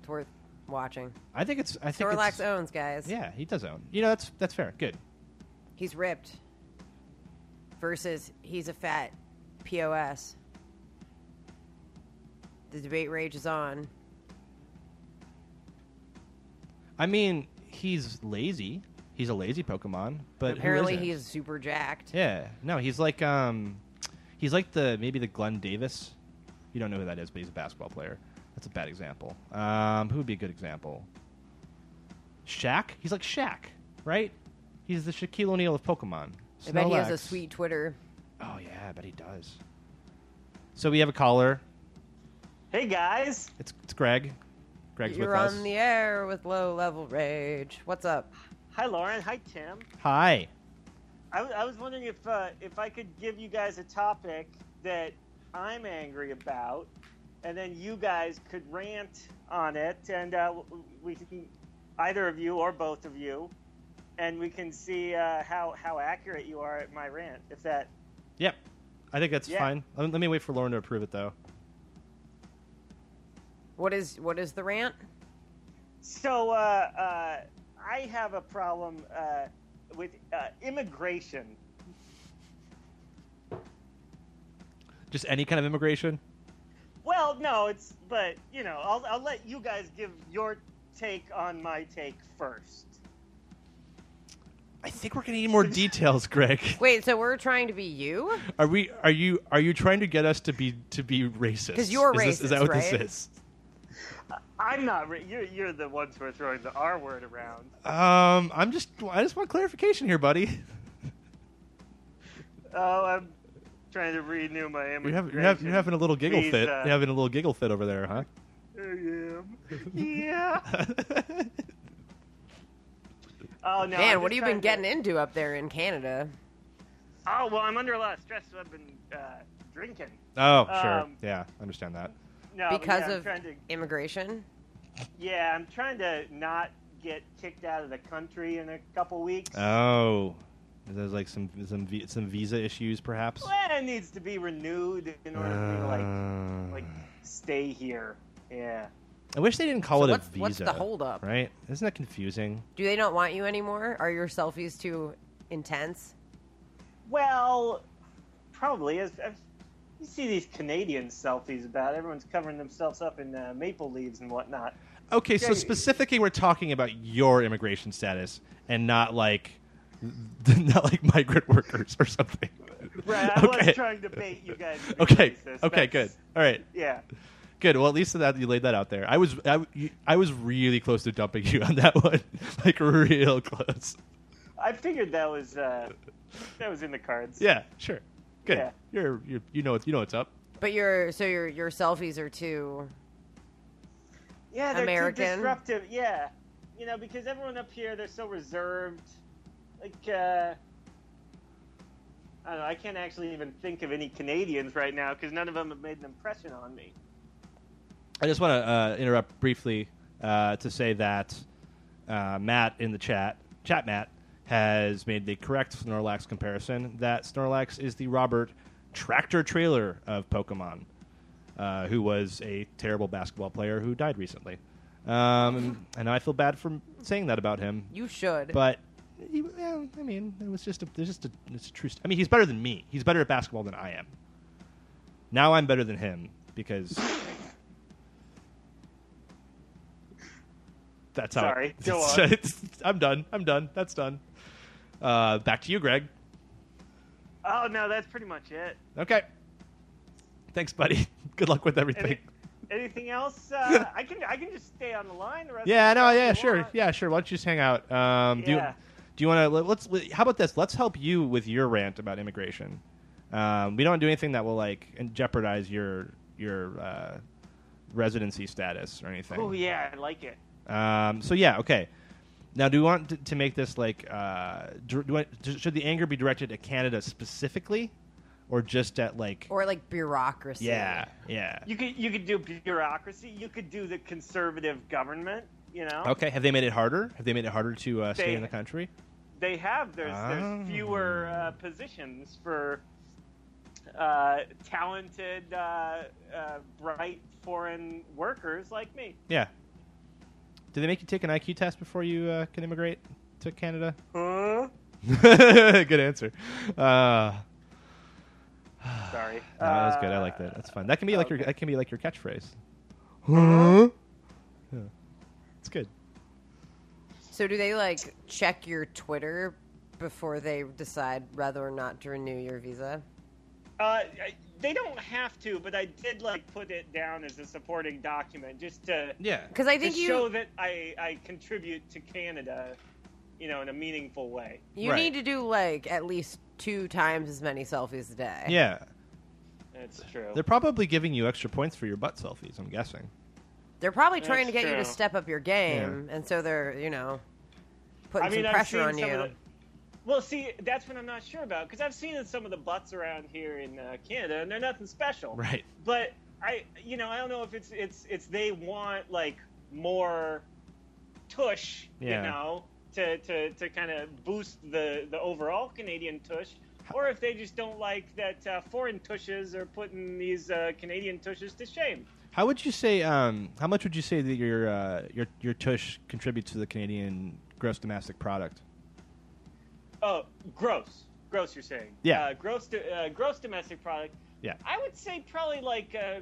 It's worth watching. I think it's. I think. Snorlax it's- owns, guys. Yeah, he does own. You know, that's that's fair. Good. He's ripped. Versus he's a fat POS. The debate rages on. I mean, he's lazy. He's a lazy Pokemon, but who Apparently isn't? he's super jacked. Yeah, no, he's like um, he's like the maybe the Glenn Davis. You don't know who that is, but he's a basketball player. That's a bad example. Um, who would be a good example? Shaq. He's like Shaq, right? He's the Shaquille O'Neal of Pokemon. I bet he has a Snorlax. sweet Twitter. Oh yeah, I bet he does. So we have a caller. Hey guys, It's, it's Greg. Greg's You're with on us. the air with low level rage. What's up? hi Lauren, hi Tim. Hi. I, w- I was wondering if uh, if I could give you guys a topic that I'm angry about, and then you guys could rant on it, and uh, w- we can either of you or both of you, and we can see uh, how how accurate you are at my rant. If that Yep. I think that's Yeah. fine. Let, let me wait for Lauren to approve it though. What is what is the rant? so, uh, uh, I have a problem uh, with uh, immigration. Just any kind of immigration. Well, no, it's but you know, I'll I'll let you guys give your take on my take first. I think we're gonna need more details, Greg. Wait, so we're trying to be you? Are we? Are you? Are you trying to get us to be to be racist? 'Cause you're is This, is that racist, what right? this is? I'm not. Re- you're you're the ones who are throwing the R word around. Um, I'm just. I just want clarification here, buddy. Oh, I'm trying to renew my uh, immigration. You're, having you're, having, you're having a little giggle visa. fit. You're having a little giggle fit over there, huh? I am. Yeah. Oh no. Man, what have you I'm just been trying getting to- into up there in Canada? Oh well, I'm under a lot of stress. So I've been uh, drinking. oh, sure. Um, yeah, understand that. No, but Because yeah, I'm of trying to, immigration? yeah, I'm trying to not get kicked out of the country in a couple weeks. Oh, there's like some some vi- some visa issues, perhaps. Well, it needs to be renewed in order for me to like Uh, like stay here. Yeah. I wish they didn't call So it what's- a visa. what's the holdup? Right? Isn't that confusing? Do they not want you anymore? Are your selfies too intense? Well, probably. As, as you see these Canadian selfies about everyone's covering themselves up in uh, maple leaves and whatnot. Okay, so you- specifically, we're talking about your immigration status and not like not like migrant workers or something. Right. I Okay. was trying to bait you guys. to be Okay. racist. Okay. That's- Good. All right. Yeah. Good. Well, at least that you laid that out there. I was I, you- I was really close to dumping you on that one, like real close. I figured that was uh, that was in the cards. Yeah. Sure. Good. Yeah. You're, you're you know you know what's up. But your so your your selfies are too Yeah, they're American. too disruptive. Yeah, you know, because everyone up here they're so reserved. Like, uh, I don't know. I can't actually even think of any Canadians right now because none of them have made an impression on me. I just want to uh, interrupt briefly uh, to say that uh, Matt in the chat, chat Matt, has made the correct Snorlax comparison. That Snorlax is the Robert tractor trailer of Pokemon, uh, who was a terrible basketball player who died recently. Um, and I feel bad for saying that about him, you should. but he, well, I mean, it was just a, it's just a, it's a true. St- I mean, he's better than me. He's better at basketball than I am. Now I'm better than him because that's how. Sorry, go on. It's- I'm done. I'm done. That's done. Uh, back to you, Greg. Oh no, that's pretty much it. Okay. Thanks, buddy. Good luck with everything. Any, anything else? Uh, I can I can just stay on the line. The rest Yeah, of the no, time yeah, if you sure, want. yeah, sure. Why don't you just hang out? Um, do you, Yeah. do you want to? Let's. let- How about this? Let's help you with your rant about immigration. Um, we don't do anything that will like and jeopardize your your uh, residency status or anything. Oh yeah, I like it. Um, so yeah, okay. Now, do we want to, to make this like? Uh, dir- do I, should the anger be directed at Canada specifically, or just at like? or like bureaucracy. yeah, yeah. You could you could do bureaucracy. You could do the conservative government. You know, Okay. Have they made it harder? Have they made it harder to uh, stay They- in the country? they have there's Ah. there's fewer uh, positions for uh, talented, uh, uh, bright foreign workers like me. Yeah. Did they make you take an IQ test before you uh, can immigrate to Canada? Huh? good answer. Uh, Sorry, no, that was good. I Uh, like that. That's fun. That can be like your okay. that can be like your catchphrase. Huh? Yeah. It's good. So do they like check your Twitter before they decide whether or not to renew your visa? Uh, I- they don't have to, but I did like put it down as a supporting document just to Yeah. Because I to think you show that I I contribute to Canada, you know, in a meaningful way. you Right. need to do like at least two times as many selfies a day. Yeah. That's true. They're probably giving you extra points for your butt selfies. I'm guessing. They're probably trying to That's get you to true. step up your game, and so they're you know putting I mean, some I've pressure seen on some you. Of the, well, see, that's what I'm not sure about because I've seen some of the butts around here in uh, Canada, and they're nothing special. Right. But I, you know, I don't know if it's it's it's they want like more tush, Yeah. you know, to to to kind of boost the the overall Canadian tush. Or if they just don't like that uh, foreign tushes are putting these uh, Canadian tushes to shame. How would you say? Um, how much would you say that your uh, your your tush contributes to the Canadian gross domestic product? Oh, gross. Gross, you're saying. Yeah. Uh, gross, do- uh, gross domestic product. Yeah. I would say probably like a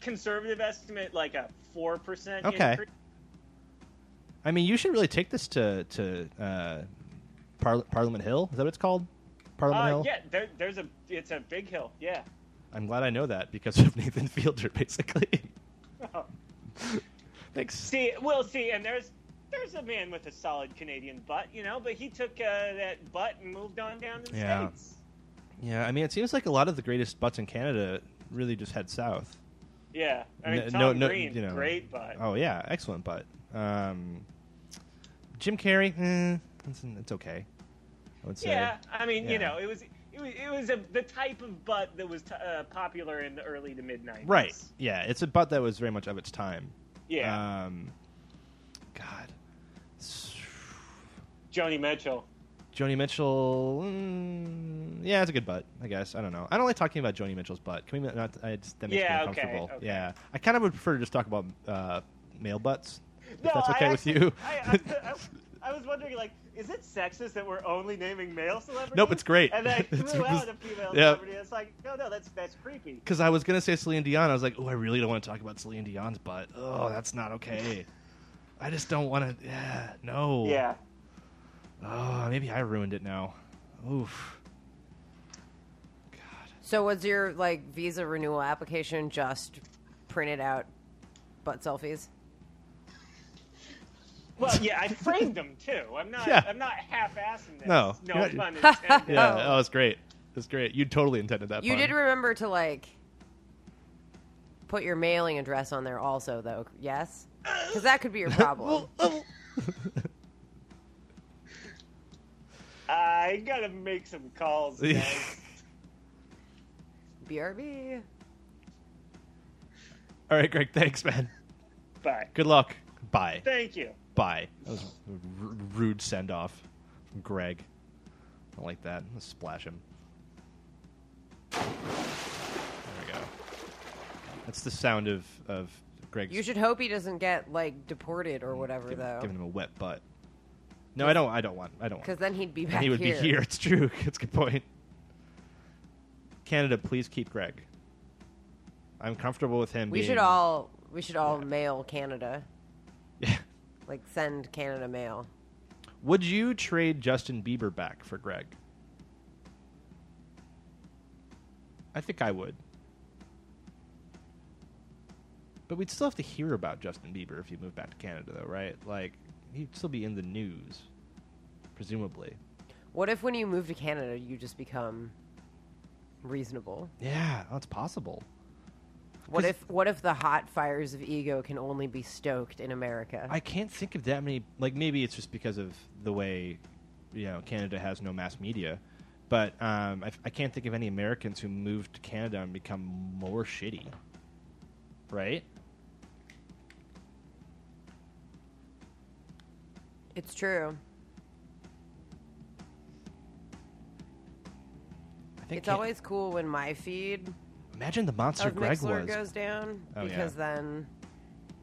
conservative estimate, like a 4% Okay. increase. I mean, you should really take this to to uh, Par- Parliament Hill. Is that what it's called? Parliament Uh, Hill. yeah, there, there's a, it's a big hill. Yeah. I'm glad I know that because of Nathan Fielder, basically. Thanks. See, we'll see. And there's, there's a man with a solid Canadian butt, you know, but he took uh, that butt and moved on down to the Yeah. States. Yeah, I mean, it seems like a lot of the greatest butts in Canada really just head south. Yeah. I mean, No- Tom no- no, Green, you know. great butt. Oh yeah, excellent butt. Um, Jim Carrey, eh, it's, it's okay. I would say. Yeah, I mean, Yeah. you know, it was it was, it was a, the type of butt that was t- uh, popular in the early to mid '90s. Right. Yeah, it's a butt that was very much of its time. Yeah. Um, God. S- Joni Mitchell. Joni Mitchell. mm, yeah, it's a good butt, I guess. I don't know. I don't like talking about Joni Mitchell's butt. Can we not? I just, that makes Yeah, me okay, uncomfortable. okay. Yeah. I kind of would prefer to just talk about uh, male butts, if No, that's I okay actually- with you. I, I, I, I was wondering, like, is it sexist that we're only naming male celebrities? Nope, it's great. And then I It's- threw out a female yeah. celebrity. It's like, no, no, that's that's creepy. Because I was gonna say Celine Dion, I was like, oh, I really don't want to talk about Celine Dion's butt. Oh, that's not okay. I just don't want to. Yeah, no. Yeah. Oh, maybe I ruined it now. Oof. God. Oh. So was your like visa renewal application just printed out butt selfies? Well, yeah, I framed them too. I'm not. Yeah. I'm not half-assing this. No, No you're pun not- intended. Yeah. Oh, it's great. It's great. You totally intended that. You pun. did remember to like put your mailing address on there also, though. Yes, because that could be your problem. oh, I gotta make some calls. Yeah. Guys. BRB. All right, Greg. Thanks, man. Bye. Good luck. Bye. Thank you. Bye. That was a r- rude send off from Greg. I don't like that. Let's splash him. There we go. That's the sound of of Greg's. You should hope he doesn't get like deported or whatever, giving, though, giving Mm, him a wet butt. No, I don't. I don't want. I don't want. because then he'd be back And he would here. be here. It's true. It's a good point. Canada, please keep Greg. I'm comfortable with him. We being... should all we should all mail Canada, Yeah. like send Canada mail. Would you trade Justin Bieber back for Greg? I think I would. But we'd still have to hear about Justin Bieber if he moved back to Canada, though, right? Like, he'd still be in the news, presumably. What if when you move to Canada, you just become reasonable? Yeah, that's possible. What 'Cause- if what if the hot fires of ego can only be stoked in America? I can't think of that many. Like maybe it's just because of the way you know Canada has no mass media, but um, I, I can't think of any Americans who moved to Canada and become more shitty. Right? It's true. I think It's Kate- always cool when my feed imagine the monster of Greg Mixler was. goes down Oh, yeah. because then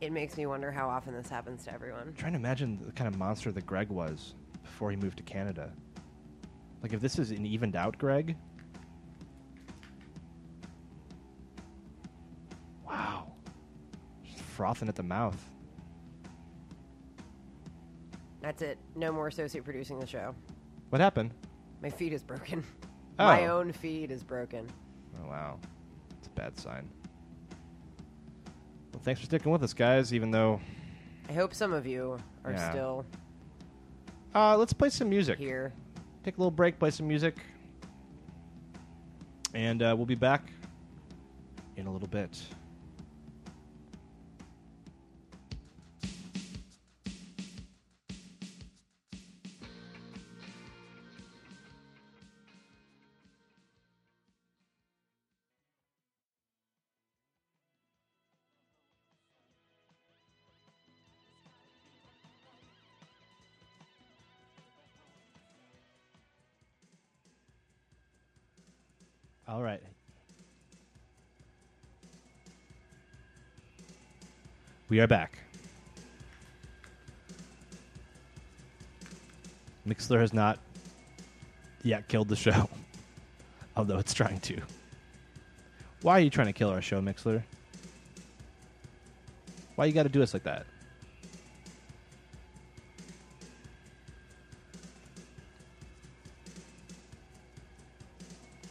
it makes me wonder how often this happens to everyone. trying to imagine the kind of monster that Greg was before he moved to Canada. Like if this is an evened out Greg. Wow. Just frothing at the mouth. That's it. No more associate producing the show. What happened? My feed is broken. My Oh. own feed is broken. Oh wow. It's a bad sign. Well thanks for sticking with us guys, even though I hope some of you are Yeah. still uh let's play some music. here. Take a little break, play some music. And uh, we'll be back in a little bit. All right. We are back. Mixler has not yet killed the show, although it's trying to. Why are you trying to kill our show, Mixler? Why you got to do us like that?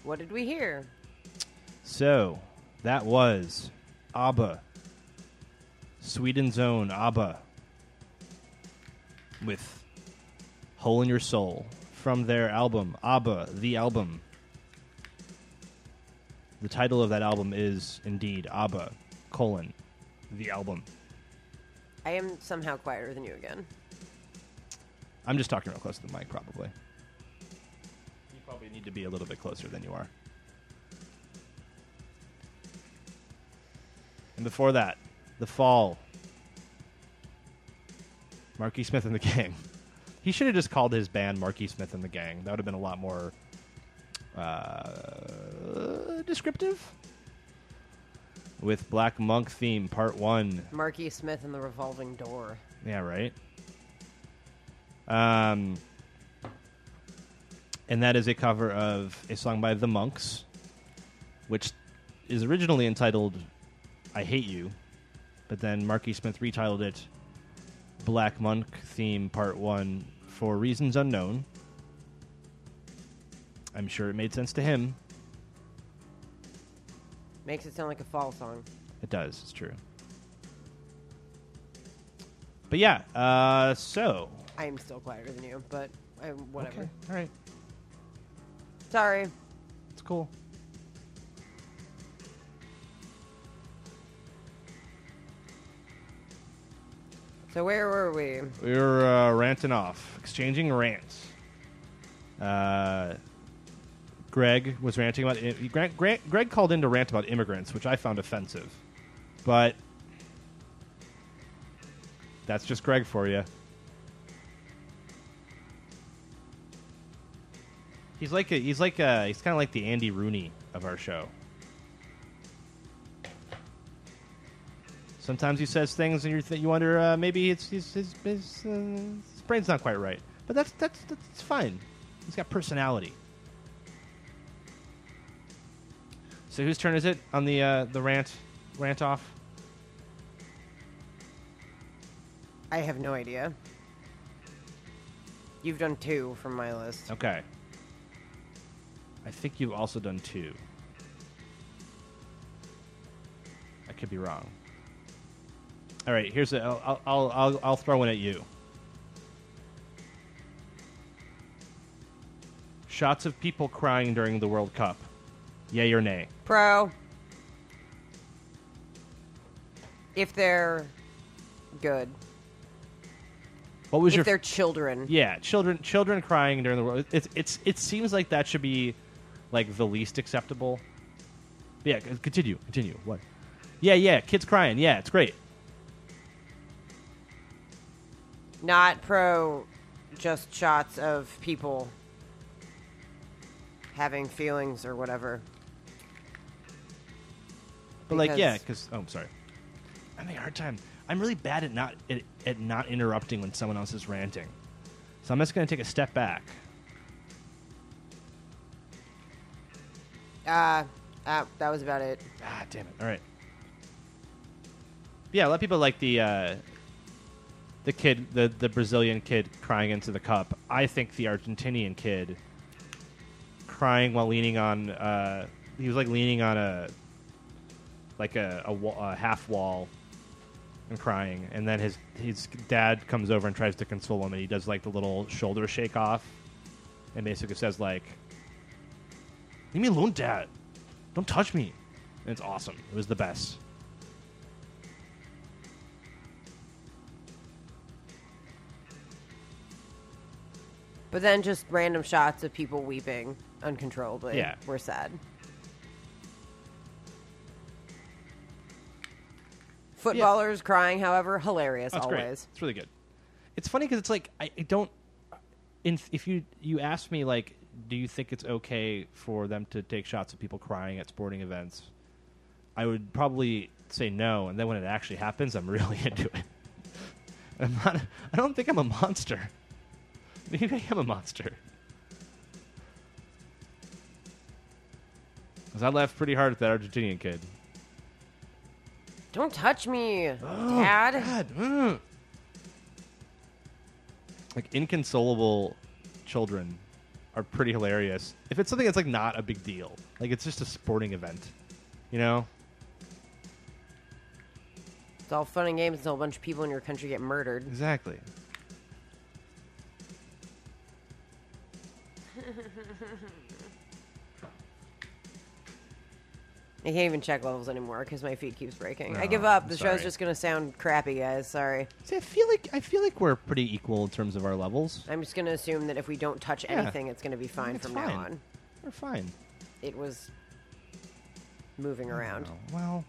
What did we hear? So that was ABBA, Sweden's own ABBA, with Hole in Your Soul from their album, ABBA, the album. The title of that album is indeed ABBA, colon, the album. I am somehow quieter than you again. I'm just talking real close to the mic, probably. You probably need to be a little bit closer than you are. And before that, The Fall. Marky Smith and the Gang. He should have just called his band Marky Smith and the Gang. That would have been a lot more uh, descriptive. With Black Monk Theme, Part 1. Marky Smith and the revolving door. Yeah, right. Um, and that is a cover of a song by The Monks, which is originally entitled "I Hate You," but then Marky Smith retitled it "Black Monk Theme Part One" for reasons unknown. I'm sure it made sense to him. Makes it sound like a fall song. It does. It's true. But yeah, uh, so I am still quieter than you, but I, whatever. Okay, all right. Sorry. It's cool. So where were we? We were uh, ranting off, exchanging rants. Uh, Greg was ranting about. Greg, Greg, Greg called in to rant about immigrants, which I found offensive, but that's just Greg for you. He's like a, he's like a, he's kind of like the Andy Rooney of our show. Sometimes he says things, and you th- you wonder uh, maybe it's his his, his, uh, his brain's not quite right. But that's that's that's fine. He's got personality. So whose turn is it on the uh, the rant rant off? I have no idea. You've done two from my list. Okay. I think you've also done two. I could be wrong. All right, here's a. I'll I'll I'll, I'll throw one at you. Shots of people crying during the World Cup. Yay or nay? Pro. If they're good. What was if your they're children. Yeah, children children crying during the world. It's it's it seems like that should be like the least acceptable. Yeah, c- continue, continue. What? Yeah, yeah, kids crying. Yeah, it's great. Not pro just shots of people having feelings or whatever. But like, yeah, Because- because oh, I'm sorry. I'm having a hard time. I'm really bad at not at, at not interrupting when someone else is ranting. So I'm just going to take a step back. Uh, uh, that was about it. Ah, damn it! All right. Yeah, a lot of people like the uh, the kid, the the Brazilian kid crying into the cup. I think the Argentinian kid crying while leaning on uh, he was like leaning on a like a, a, wa- a half wall and crying, and then his his dad comes over and tries to console him, and he does like the little shoulder shake off, and basically says like, "Leave me alone, dad. Don't touch me." And it's awesome. It was the best. But then just random shots of people weeping uncontrollably. Yeah. We're sad. Footballers crying, however, hilarious That's great. always. It's really good. It's funny because it's like I, I don't. In, if you you ask me like, do you think it's okay for them to take shots of people crying at sporting events? I would probably say no, and then when it actually happens, I'm really into it. I'm not. I don't think I'm a monster. Maybe I am a monster. Cause I laughed pretty hard at that Argentinian kid. Don't touch me, Dad. God. mm. Like inconsolable children are pretty hilarious. If it's something that's like not a big deal, like it's just a sporting event, you know? It's all fun and games until a bunch of people in your country get murdered. Exactly. I can't even check levels anymore because my feet keeps breaking. No, I give up. I'm The sorry. show's just gonna sound crappy, guys. Sorry. See, I feel like I feel like we're pretty equal in terms of our levels. I'm just gonna assume that if we don't touch Yeah. anything, it's gonna be fine It's from fine. now on. We're fine. It was moving around. Oh, Well,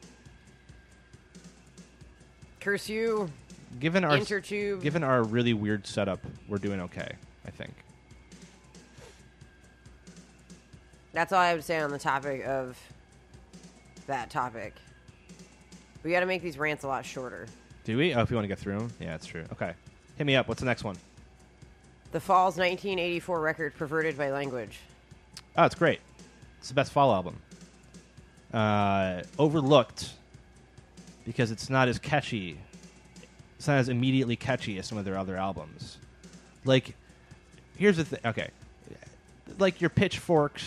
Curse you. given our Intertube. given our really weird setup, we're doing okay. I think. That's all I would say on the topic of that topic. We got to make these rants a lot shorter. Do we? Oh, if you want to get through them, yeah, that's true. Okay, hit me up. What's the next one? The Falls 1984 record perverted by language. Oh, it's great. It's the best Fall album. Uh, overlooked because it's not as catchy. It's not as immediately catchy as some of their other albums. Like, here's the thing. Okay, like your Pitchforks,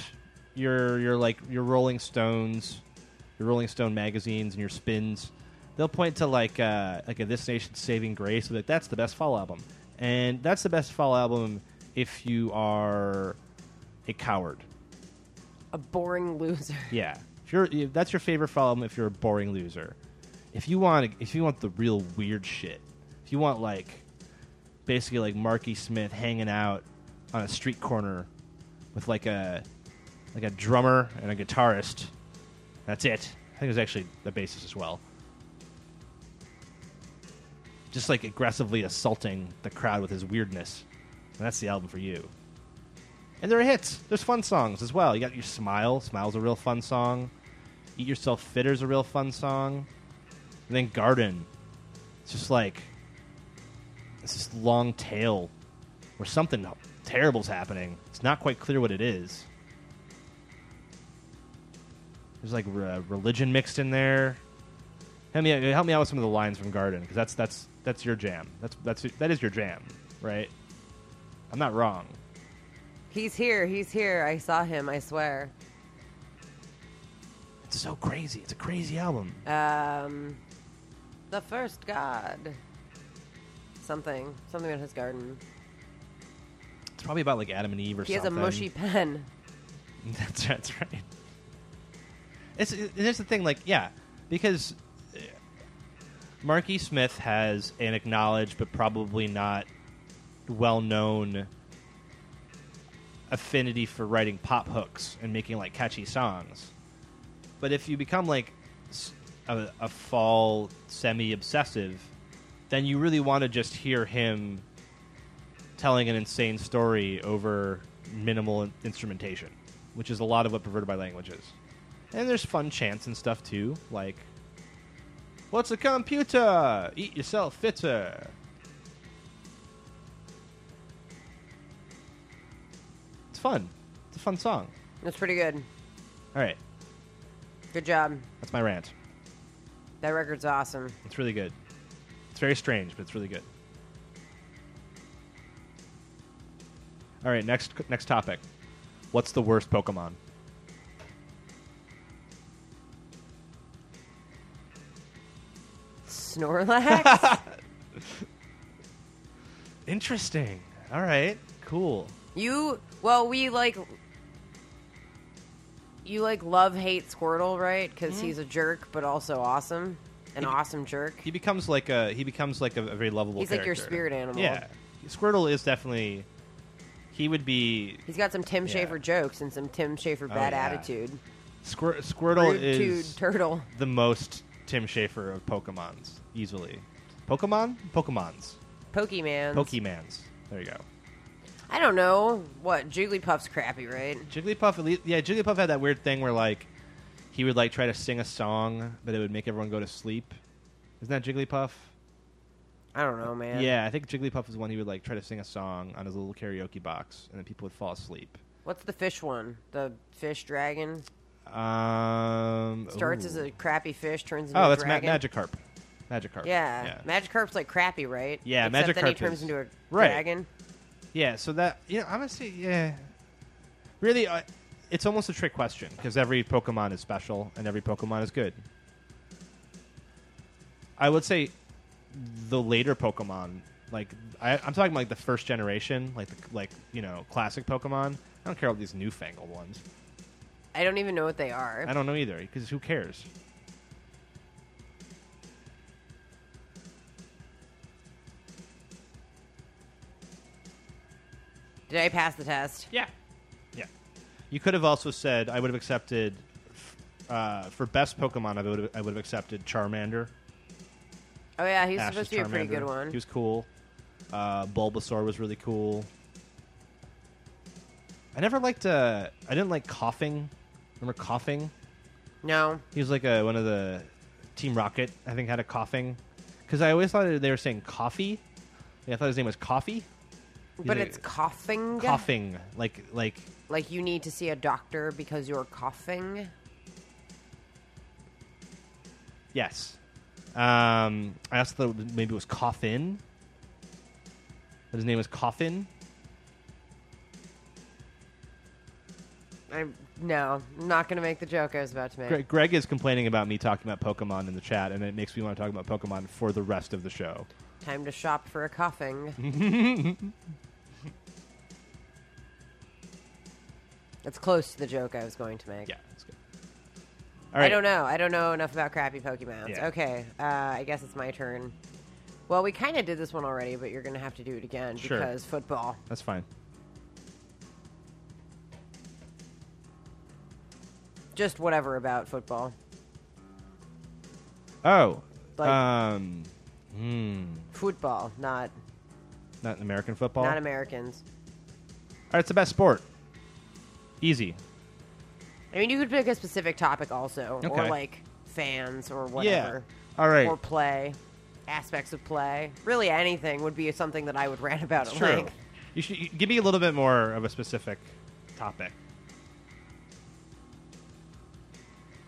your your like your Rolling Stones, your Rolling Stone magazines, and your Spins. They'll point to like uh, like a This Nation's Saving Grace. Like that's the best Fall album, and that's the best Fall album if you are a coward. A boring loser. Yeah, if you're if that's your favorite problem, if you're a boring loser, if you want if you want the real weird shit, if you want like basically like Marky Smith hanging out on a street corner with like a like a drummer and a guitarist, that's it. I think it was actually the bassist as well. Just like aggressively assaulting the crowd with his weirdness, and that's the album for you. And there are hits. There's fun songs as well. You got your smile. Smile's a real fun song. Eat yourself fitter's a real fun song. And then garden. It's just like it's this long tail where something terrible's happening. It's not quite clear what it is. There's like re- religion mixed in there. Help me help me out with some of the lines from Garden because that's that's that's your jam. That's that's that is your jam, right? I'm not wrong. He's here. He's here. I saw him. I swear. It's so crazy. It's a crazy album. Um, the first god. Something. Something about his garden. It's probably about like Adam and Eve or He has a something. mushy pen. That's that's right. It's it- it's the thing, like yeah, because uh, Marky Smith has an acknowledged but probably not well known affinity for writing pop hooks and making like catchy songs. But if you become like s- a, a fall semi obsessive, then you really want to just hear him telling an insane story over minimal in- instrumentation, which is a lot of what perverted by language is. And there's fun chants and stuff too, like "What's a computer? Eat yourself fitter." It's fun. It's a fun song. That's pretty good. All right, Good job. that's my rant. That record's awesome. It's really good. It's very strange, but it's really good. All right, next next topic. What's the worst Pokemon? Snorlax? Interesting. All right, cool. you well, we like you like love hate Squirtle, right? Because he's a jerk, but also awesome, an awesome jerk. Mm-hmm. He becomes like a he becomes like a, a very lovable. He's like your character. spirit animal. Yeah, Squirtle is definitely. He would be He's got some Tim Yeah. Oh, Schafer jokes and some Tim Schafer bad yeah. attitude. Squir- Squirtle Rude is Toad turtle. the most Tim Schafer of Pokemon's easily. Pokemon, Pokemon's, Pokemans. Pokemans. There you go. I don't know what Jigglypuff's crappy, right? Jigglypuff, at least, yeah, Jigglypuff had that weird thing where like he would like try to sing a song, but it would make everyone go to sleep. Isn't that Jigglypuff? I don't know, man. Yeah, I think Jigglypuff is one he would like try to sing a song on his little karaoke box, and then people would fall asleep. What's the fish one? The fish dragon Um, starts ooh. as a crappy fish, turns into oh, a that's Ma- dragon. Magikarp. Magikarp. Yeah. yeah, Magikarp's like crappy, right? Yeah, Except then he Magikarp turns is- into a Right. dragon. yeah. So that you know, I'm gonna say yeah. Really, I it's almost a trick question because every Pokemon is special and every Pokemon is good. I would say the later Pokemon, like I, I'm talking like the first generation, like the, like you know classic Pokemon. I don't care about these newfangled ones. I don't even know what they are. I don't know either because who cares? Did I pass the test? Yeah. Yeah. You could have also said I would have accepted f- uh, for best Pokemon. I would have, I would have accepted Charmander. Oh yeah, he's Ash's supposed to be a pretty Charmander. good one. He was cool. Uh, Bulbasaur was really cool. I never liked. Uh, I didn't like coughing. Remember coughing? No. He was like a, one of the Team Rocket. I think had a coughing because I always thought they were saying coffee. Yeah, I thought his name was Coffee. He's But like, it's coughing. coughing, like like Like you need to see a doctor because you're coughing. Yes. Um, I also thought maybe it was Coffin. But his name was Coffin. I'm no, I'm not gonna make the joke I was about to make. Greg, Greg is complaining about me talking about Pokemon in the chat, and it makes me want to talk about Pokemon for the rest of the show. Time to shop for a coughing. That's close to the joke I was going to make. Yeah, that's good. All right. I don't know. I don't know enough about crappy Pokemons. Yeah. Okay, uh, I guess it's my turn. Well, we kind of did this one already, but you're going to have to do it again Sure. because football. That's fine. Just whatever about football. Oh. Like- um, hmm, Football, not not American football. not Americans. All right, it's the best sport. Easy. I mean, you could pick a specific topic also, or Okay. like fans or whatever, Yeah. All right. or play aspects of play. Really, anything would be something that I would rant about It's at true. length. You should you- give me a little bit more of a specific topic.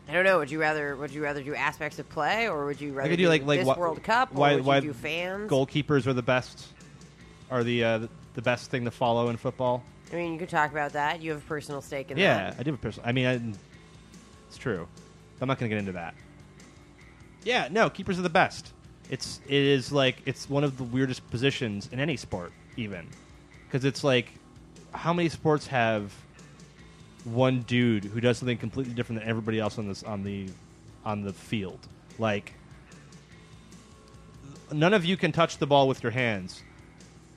I don't know. Would you rather? Would you rather do aspects of play, or would you rather I could do like like this why- World Cup, or Why would why you do fans? goalkeepers are the best? Are the uh, the best thing to follow in football? I mean, you could talk about that. You have a personal stake in Yeah, that. I do have a personal. I mean, I, it's true. I'm not going to get into that. Yeah, no, keepers are the best. It's it is like it's one of the weirdest positions in any sport, even because it's like how many sports have one dude who does something completely different than everybody else on this on the on the field. Like none of you can touch the ball with your hands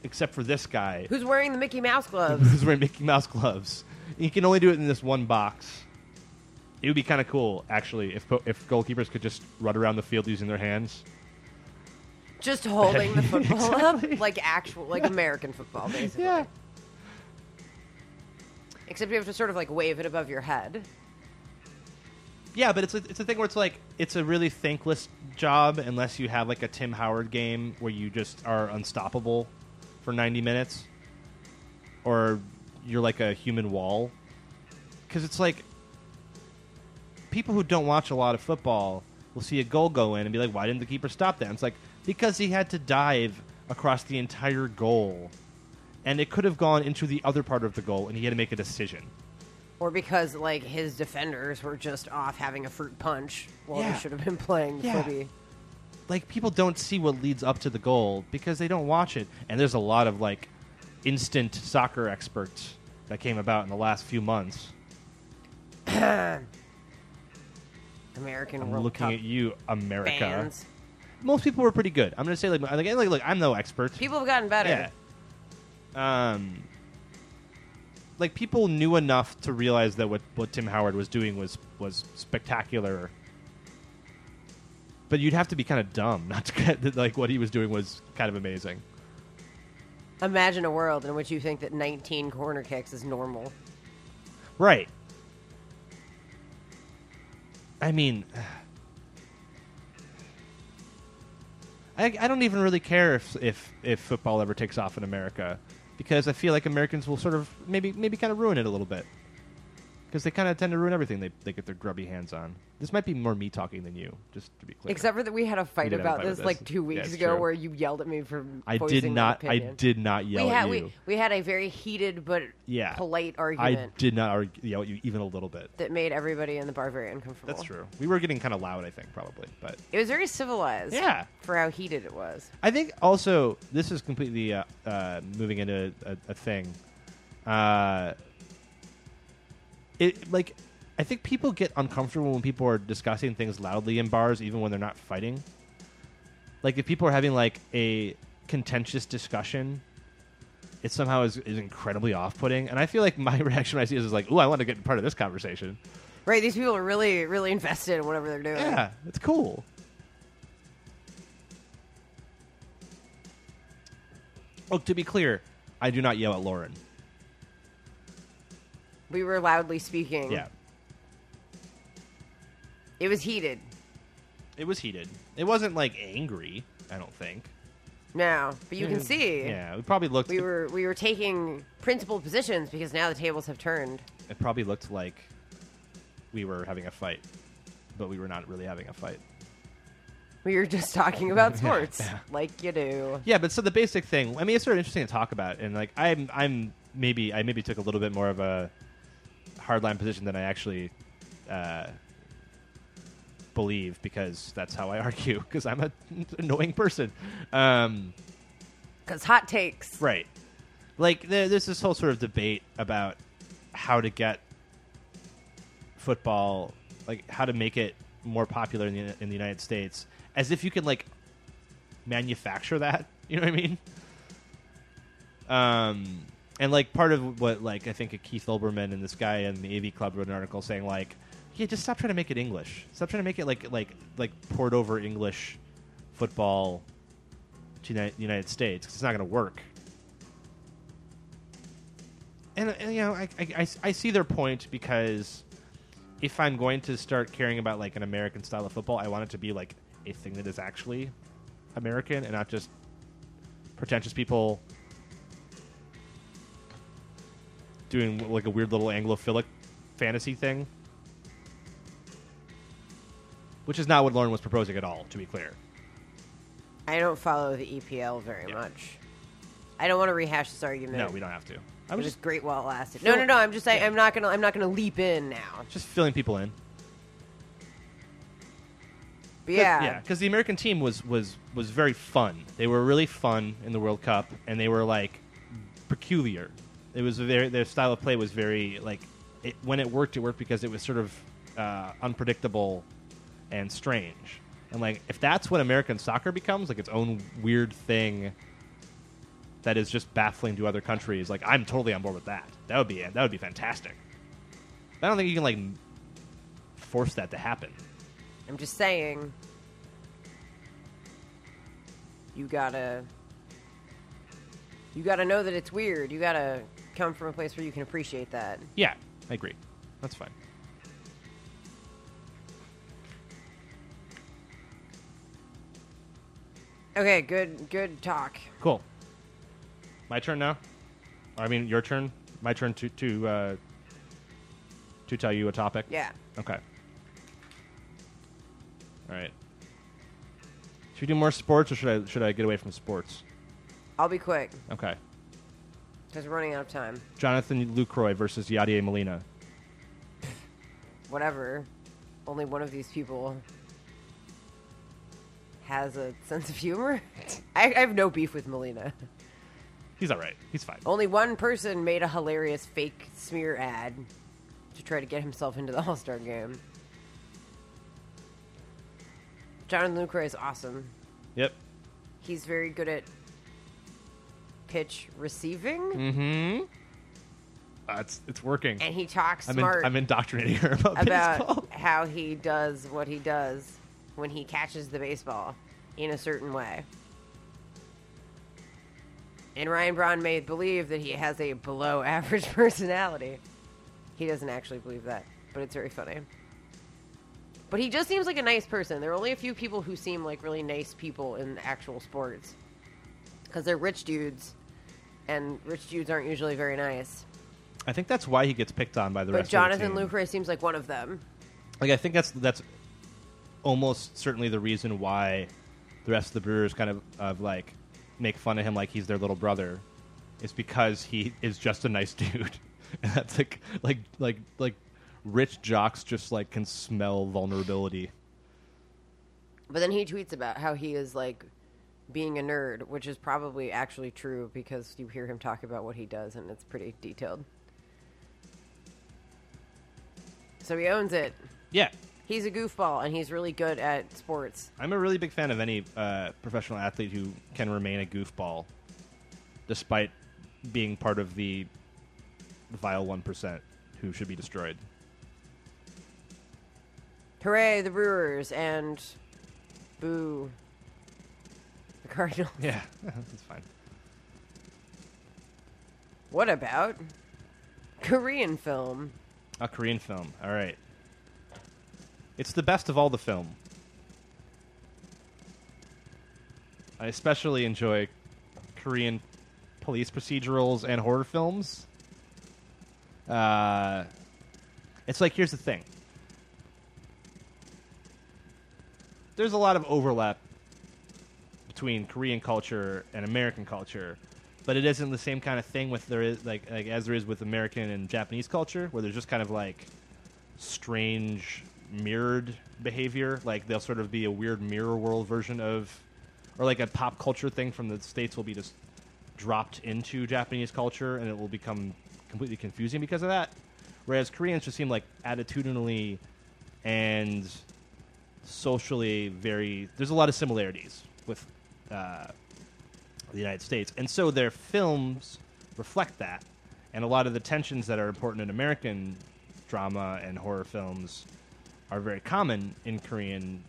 except for this guy Who's wearing the Mickey Mouse gloves? who's wearing Mickey Mouse gloves. You can only do it in this one box. It would be kind of cool, actually, if po- if goalkeepers could just run around the field using their hands. Just holding the football Exactly. up, like actual, like American football, basically. Yeah. Except you have to sort of like wave it above your head. Yeah, but it's a, it's a thing where it's like it's a really thankless job unless you have like a Tim Howard game where you just are unstoppable for 90 minutes or you're like a human wall cuz it's like people who don't watch a lot of football will see a goal go in and be like why didn't the keeper stop that? And it's like because he had to dive across the entire goal and it could have gone into the other part of the goal and he had to make a decision. Or because like his defenders were just off having a fruit punch while Yeah. they should have been playing Yeah. footy. like people don't see what leads up to the goal because they don't watch it. And there's a lot of like instant soccer experts that came about in the last few months. American I'm World looking Cup at you, America. fans. Most people were pretty good. I'm gonna say like, like, like, look, I'm no expert. People have gotten better. yeah. Um, like people knew enough to realize that what, what Tim Howard was doing was was spectacular. But you'd have to be kind of dumb not to get that. Like what he was doing was kind of amazing. Imagine a world in which you think that 19 corner kicks is normal. Right. I mean, I, I don't even really care if, if if football ever takes off in America, because I feel like Americans will sort of maybe maybe kind of ruin it a little bit, because they kind of tend to ruin everything they, they get their grubby hands on. This might be more me talking than you, just to be clear. Except for that we had a fight did have a about fight with this like this. two Yeah, weeks it's ago true. where you yelled at me for I did voicing my not. I opinion. did not yell we had at you. we we had a very heated but yeah, polite I argument did not argue, yell at you even a little bit. that made everybody in the bar very uncomfortable. That's true. We were getting kind of loud, I think, probably, but It was very civilized. Yeah. For how heated it was. I think also this is completely uh, uh, moving into a, a thing. Uh, it like I think people get uncomfortable when people are discussing things loudly in bars, even when they're not fighting. Like if people are having like a contentious discussion, it somehow is, is incredibly off-putting. And I feel like my reaction when I see this is like, "Ooh, I want to get part of this conversation." Right, these people are really, really invested in whatever they're doing. Yeah, it's cool. Oh, to be clear, I do not yell at Lauren. We were loudly speaking. Yeah, It was heated. it was heated. It wasn't like angry. I don't think. No. But you can see Mm-hmm. Yeah, it probably looked. we were we were taking principal positions because now the tables have turned. It probably looked like we were having a fight, but we were not really having a fight. We were just talking about sports. Like you do. Yeah, but so the basic thing. I mean, it's sort of interesting to talk about, and like I'm, I'm maybe I maybe took a little bit more of a hardline position than I actually uh, believe because that's how I argue because I'm an annoying person, um, Because hot takes. right? Like there, there's this whole sort of debate about how to get football, like how to make it more popular in the in the United States, as if you can like manufacture that. You know what I mean? Um, and like part of what like I think Keith Olbermann and this guy in the AV Club wrote an article saying like, yeah, just stop trying to make it English. Stop trying to make it like like like poured over English football to the United States 'cause it's not going to work. And, and, you know, I, I- I s- I see their point because if I'm going to start caring about like an American style of football, I want it to be like a thing that is actually American and not just pretentious people doing like a weird little Anglophilic fantasy thing, which is not what Lauren was proposing at all. To be clear, I don't follow the EPL very Yeah. much. I don't want to rehash this argument. no, we don't have to. I It was was just great while it lasted. No, no, no. I'm just saying. I'm not gonna. I'm not gonna leap in now. just filling people in. But yeah, because the American team was was was very fun. They were really fun in the World Cup, and they were like peculiar. It was very their style of play was very like it, when it worked, it worked because it was sort of uh, unpredictable and strange. And like if that's what American soccer becomes, like its own weird thing that is just baffling to other countries, like I'm totally on board with that. That would be it. That would be fantastic. I don't think you can like force that to happen. I'm just saying. you gotta you gotta know that it's weird. You gotta come from a place where you can appreciate that. Yeah, I agree. That's fine. Okay, good good talk. Cool. My turn now. Or, I mean, your turn. My turn to to uh, to tell you a topic. Yeah. Okay. All right. Should we do more sports, or should I should I get away from sports? I'll be quick Okay. because we're running out of time. Jonathan Lucroy versus Yadier Molina. Whatever. Only one of these people has a sense of humor. I, I have no beef with Melina. He's all right. He's fine. Only one person made a hilarious fake smear ad to try to get himself into the All Star game. Jonathan Lucroy is awesome. Yep. He's very good at pitch receiving, Mm-hmm. Uh, it's it's working. and he talks I'm, in, smart I'm indoctrinating her about, baseball. about how he does what he does when he catches the baseball in a certain way. And Ryan Braun may believe that he has a below average personality. He doesn't actually believe that, but it's very funny. But he just seems like a nice person. There are only a few people who seem like really nice people in actual sports. Because they're rich dudes, and rich dudes aren't usually very nice. I think that's why he gets picked on by the but rest. of the Jonathan team. Lucre seems like one of them. like I think that's that's almost certainly the reason why the rest of the Brewers kind of of like make fun of him like he's their little brother. It's because he is just a nice dude, and that's like like like like rich jocks just like can smell vulnerability. But then he tweets about how he is like being a nerd, which is probably actually true because you hear him talk about what he does and it's pretty detailed. So he owns it. Yeah, He's a goofball and he's really good at sports. I'm a really big fan of any uh, professional athlete who can remain a goofball, despite being part of the vile one percent who should be destroyed. Hooray, the Brewers and boo, the Cardinals. Yeah, that's fine. What about Korean film? A Korean film. All right. It's the best of all the film. I especially enjoy Korean police procedurals and horror films. Uh, it's like here's the thing. There's a lot of overlap between Korean culture and American culture, but it isn't the same kind of thing with there is like, like as there is with American and Japanese culture, where there's just kind of like strange mirrored behavior. Like they'll sort of be a weird mirror world version of, or like a pop culture thing from the states will be just dropped into Japanese culture, and it will become completely confusing because of that. Whereas Koreans just seem like attitudinally and socially very there's a lot of similarities with uh, the United States, and so their films reflect that, and a lot of the tensions that are important in American drama and horror films are very common in Korean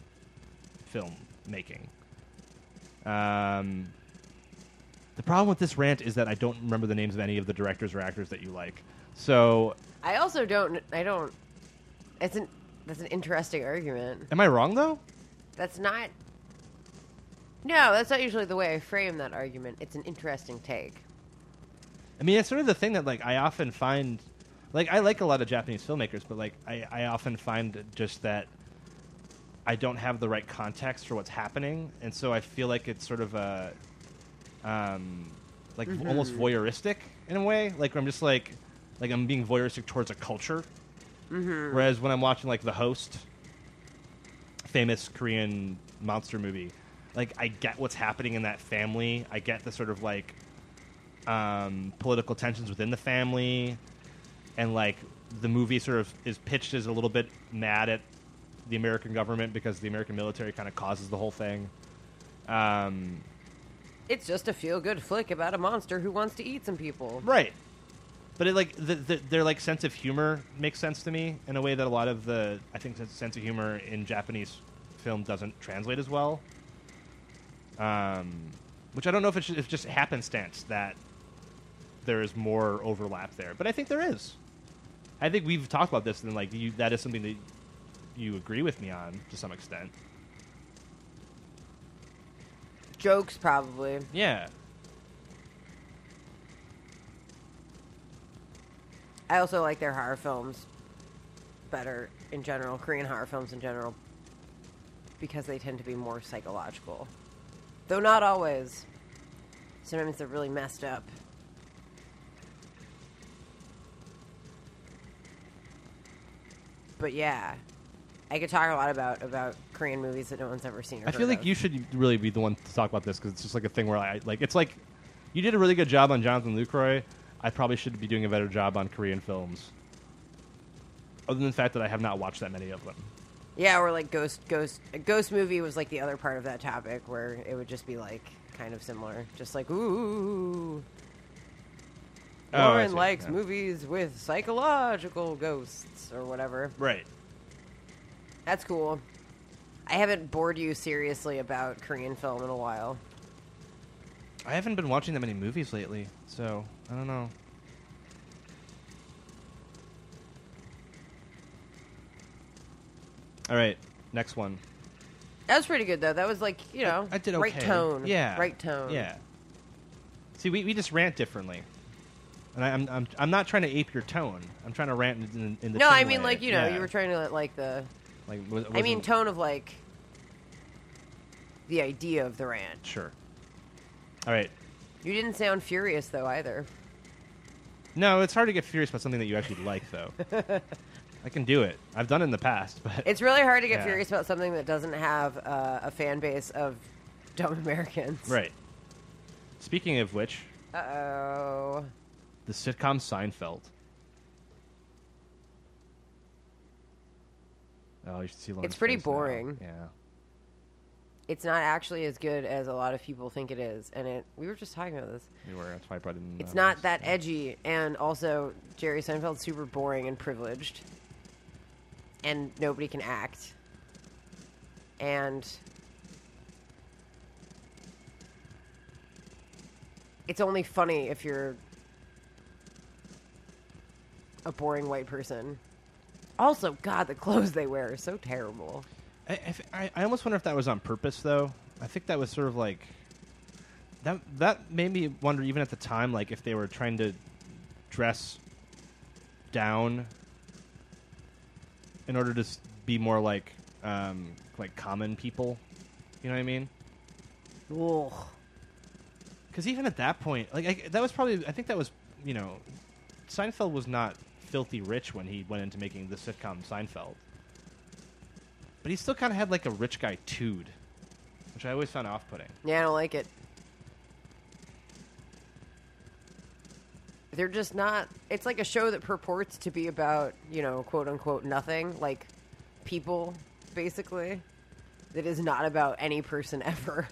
film making. Um, the problem with this rant is that I don't remember the names of any of the directors or actors that you like. So, I also don't. I don't. It's an. That's an interesting argument. am I wrong though? That's not. No, that's not usually the way I frame that argument. It's an interesting take. I mean, it's sort of the thing that like I often find, like I like a lot of Japanese filmmakers, but like I, I often find just that I don't have the right context for what's happening, and so I feel like it's sort of a, um, like almost voyeuristic in a way. Like I'm just like, like I'm being voyeuristic towards a culture, whereas when I'm watching like The Host, famous Korean monster movie, like I get what's happening in that family. I get the sort of like um, political tensions within the family, and like the movie sort of is pitched as a little bit mad at the American government because the American military kind of causes the whole thing. Um, It's just a feel good flick about a monster who wants to eat some people. right, but it like the, the, their like sense of humor makes sense to me in a way that a lot of the I think sense of humor in Japanese film doesn't translate as well. um, which I don't know if it's, if it's just happenstance that there is more overlap there, but I think there is. I think we've talked about this, and like you, that is something that you agree with me on to some extent. Jokes, probably. Yeah, I also like their horror films better in general, Korean horror films in general, because they tend to be more psychological. Though not always. Sometimes they're really messed up. But yeah, I could talk a lot about about Korean movies that no one's ever seen. Or I feel heard like of. you should really be the one to talk about this because it's just like a thing where I like. It's like you did a really good job on Jonathan Lucroy. I probably should be doing a better job on Korean films. Other than the fact that I have not watched that many of them. Yeah, or like ghost, ghost, a ghost movie was like the other part of that topic where it would just be like kind of similar, just like ooh. Oh, I Lauren see. likes Yeah. movies with psychological ghosts or whatever. Right. That's cool. I haven't bored you seriously about Korean film in a while. I haven't been watching that many movies lately, so I don't know. All right, next one. That was pretty good though. That was like you know, I did okay. right tone, Yeah. right tone. Yeah. See, we, we just rant differently. And I, I'm, I'm, I'm not trying to ape your tone. I'm trying to rant in, in, in the No, tone I mean way. like you know, Yeah. you were trying to like the. Like, was, I mean, wasn't- tone of like the idea of the ranch. Sure. All right. You didn't sound furious though either. No, it's hard to get furious about something that you actually like, though. I can do it. I've done it in the past, but It's really hard to get Yeah. furious about something that doesn't have uh, a fan base of dumb Americans. right. Speaking of which, Uh oh. the sitcom Seinfeld. Oh, you should see. Lauren's pretty face now. boring. Yeah. It's not actually as good as a lot of people think it is, and it. We were just talking about this. We were. That's why I brought it in. It's uh, not first. that edgy, and also Jerry Seinfeld's super boring and privileged, and nobody can act, and it's only funny if you're a boring white person. Also, God, the clothes they wear are so terrible. I, I f- I- I almost wonder if that was on purpose, though. I think that was sort of like that. That made me wonder, even at the time, like if they were trying to dress down in order to s- be more like um, like common people. You know what I mean? Ugh. Because even at that point, like I, that was probably I think that was you know, Seinfeld was not filthy rich when he went into making the sitcom Seinfeld, but he still kind of had like a rich guy tude, which I always found off-putting. Yeah, I don't like it. They're just not. It's like a show that purports to be about, you know, quote unquote nothing, like people, basically, that is not about any person ever.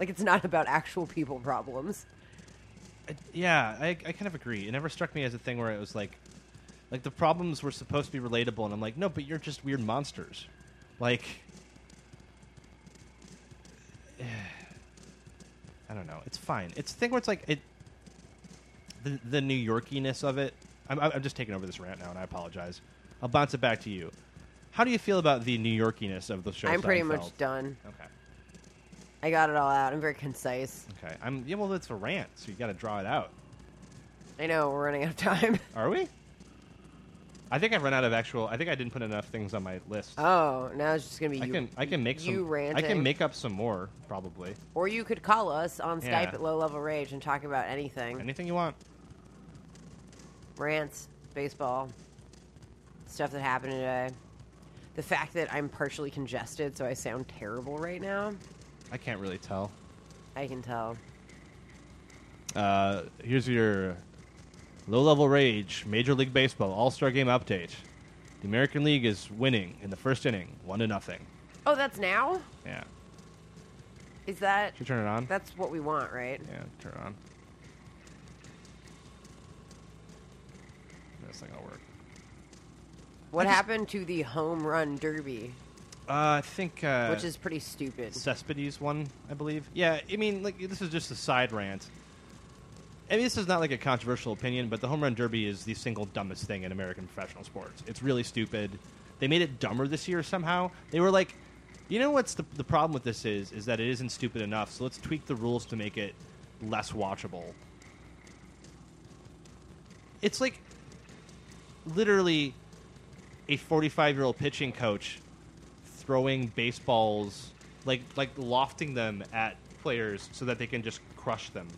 Like, it's not about actual people problems. I, yeah, I, I kind of agree. It never struck me as a thing where it was like, like the problems were supposed to be relatable, and I'm like, no, but you're just weird monsters, like. I don't know. It's fine. It's a thing where it's like it, the the New Yorkiness of it. I'm, I'm I'm just taking over this rant now, and I apologize. I'll bounce it back to you. How do you feel about the New Yorkiness of the show? I'm pretty Seinfeld? much done. Okay. I got it all out. I'm very concise. Okay. I'm yeah. Well, it's a rant, so you got to draw it out. I know we're running out of time. Are we? I think I've run out of actual. I think I didn't put enough things on my list. Oh, now it's just going to be I you. can I can make you some. ranting. I can make up some more probably. Or you could call us on Skype Yeah. at Low Level Rage and talk about anything. Anything you want. rants, baseball, stuff that happened today. The fact that I'm partially congested, so I sound terrible right now, I can't really tell. I can tell. Uh, here's your low level rage Major League Baseball All Star Game update. The American League is winning in the first inning, one to nothing. Oh, that's now? Yeah. Is that. Should we turn it on? That's what we want, right? yeah, turn it on. That's not gonna work. What I just- happened to the home run derby? Uh, I think uh, which is pretty stupid. Cespedes one, I believe. Yeah, I mean, like this is just a side rant. I mean, this is not like a controversial opinion, but the home run derby is the single dumbest thing in American professional sports. It's really stupid. They made it dumber this year somehow. They were like, you know what's the, the problem with this is is that it isn't stupid enough. So let's tweak the rules to make it less watchable. It's like literally a 45 year old pitching coach throwing baseballs like like lofting them at players so that they can just crush them.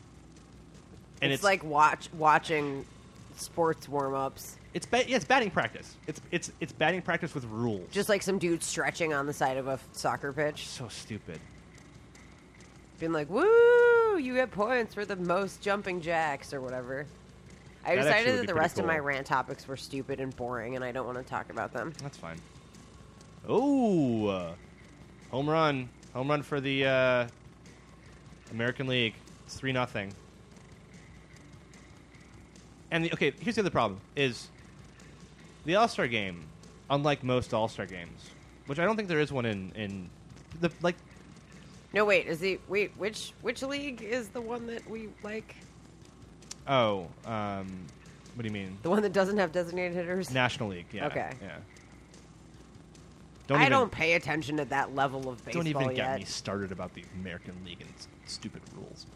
And it's, like watch watching sports warm ups. it's ba- yeah, it's batting practice. It's it's it's batting practice with rules. Just like some dude stretching on the side of a f- soccer pitch, so stupid. being like, "Woo, you get points for the most jumping jacks or whatever." I That actually would decided be that the pretty rest of my cool. rant topics were stupid and boring, and I don't want to talk about them. That's fine. Oh, uh, home run, home run for the uh, American League. It's three nothing. And the, okay, here's the other problem: is the All Star Game, unlike most All Star games, which I don't think there is one in in the like. No, wait, is the wait which which league is the one that we like? Oh, um, what do you mean? The one that doesn't have designated hitters? National League. Yeah. Okay. Yeah. I even- don't pay attention to that level of baseball Don't even yet. get me started about the American League and its stupid rules.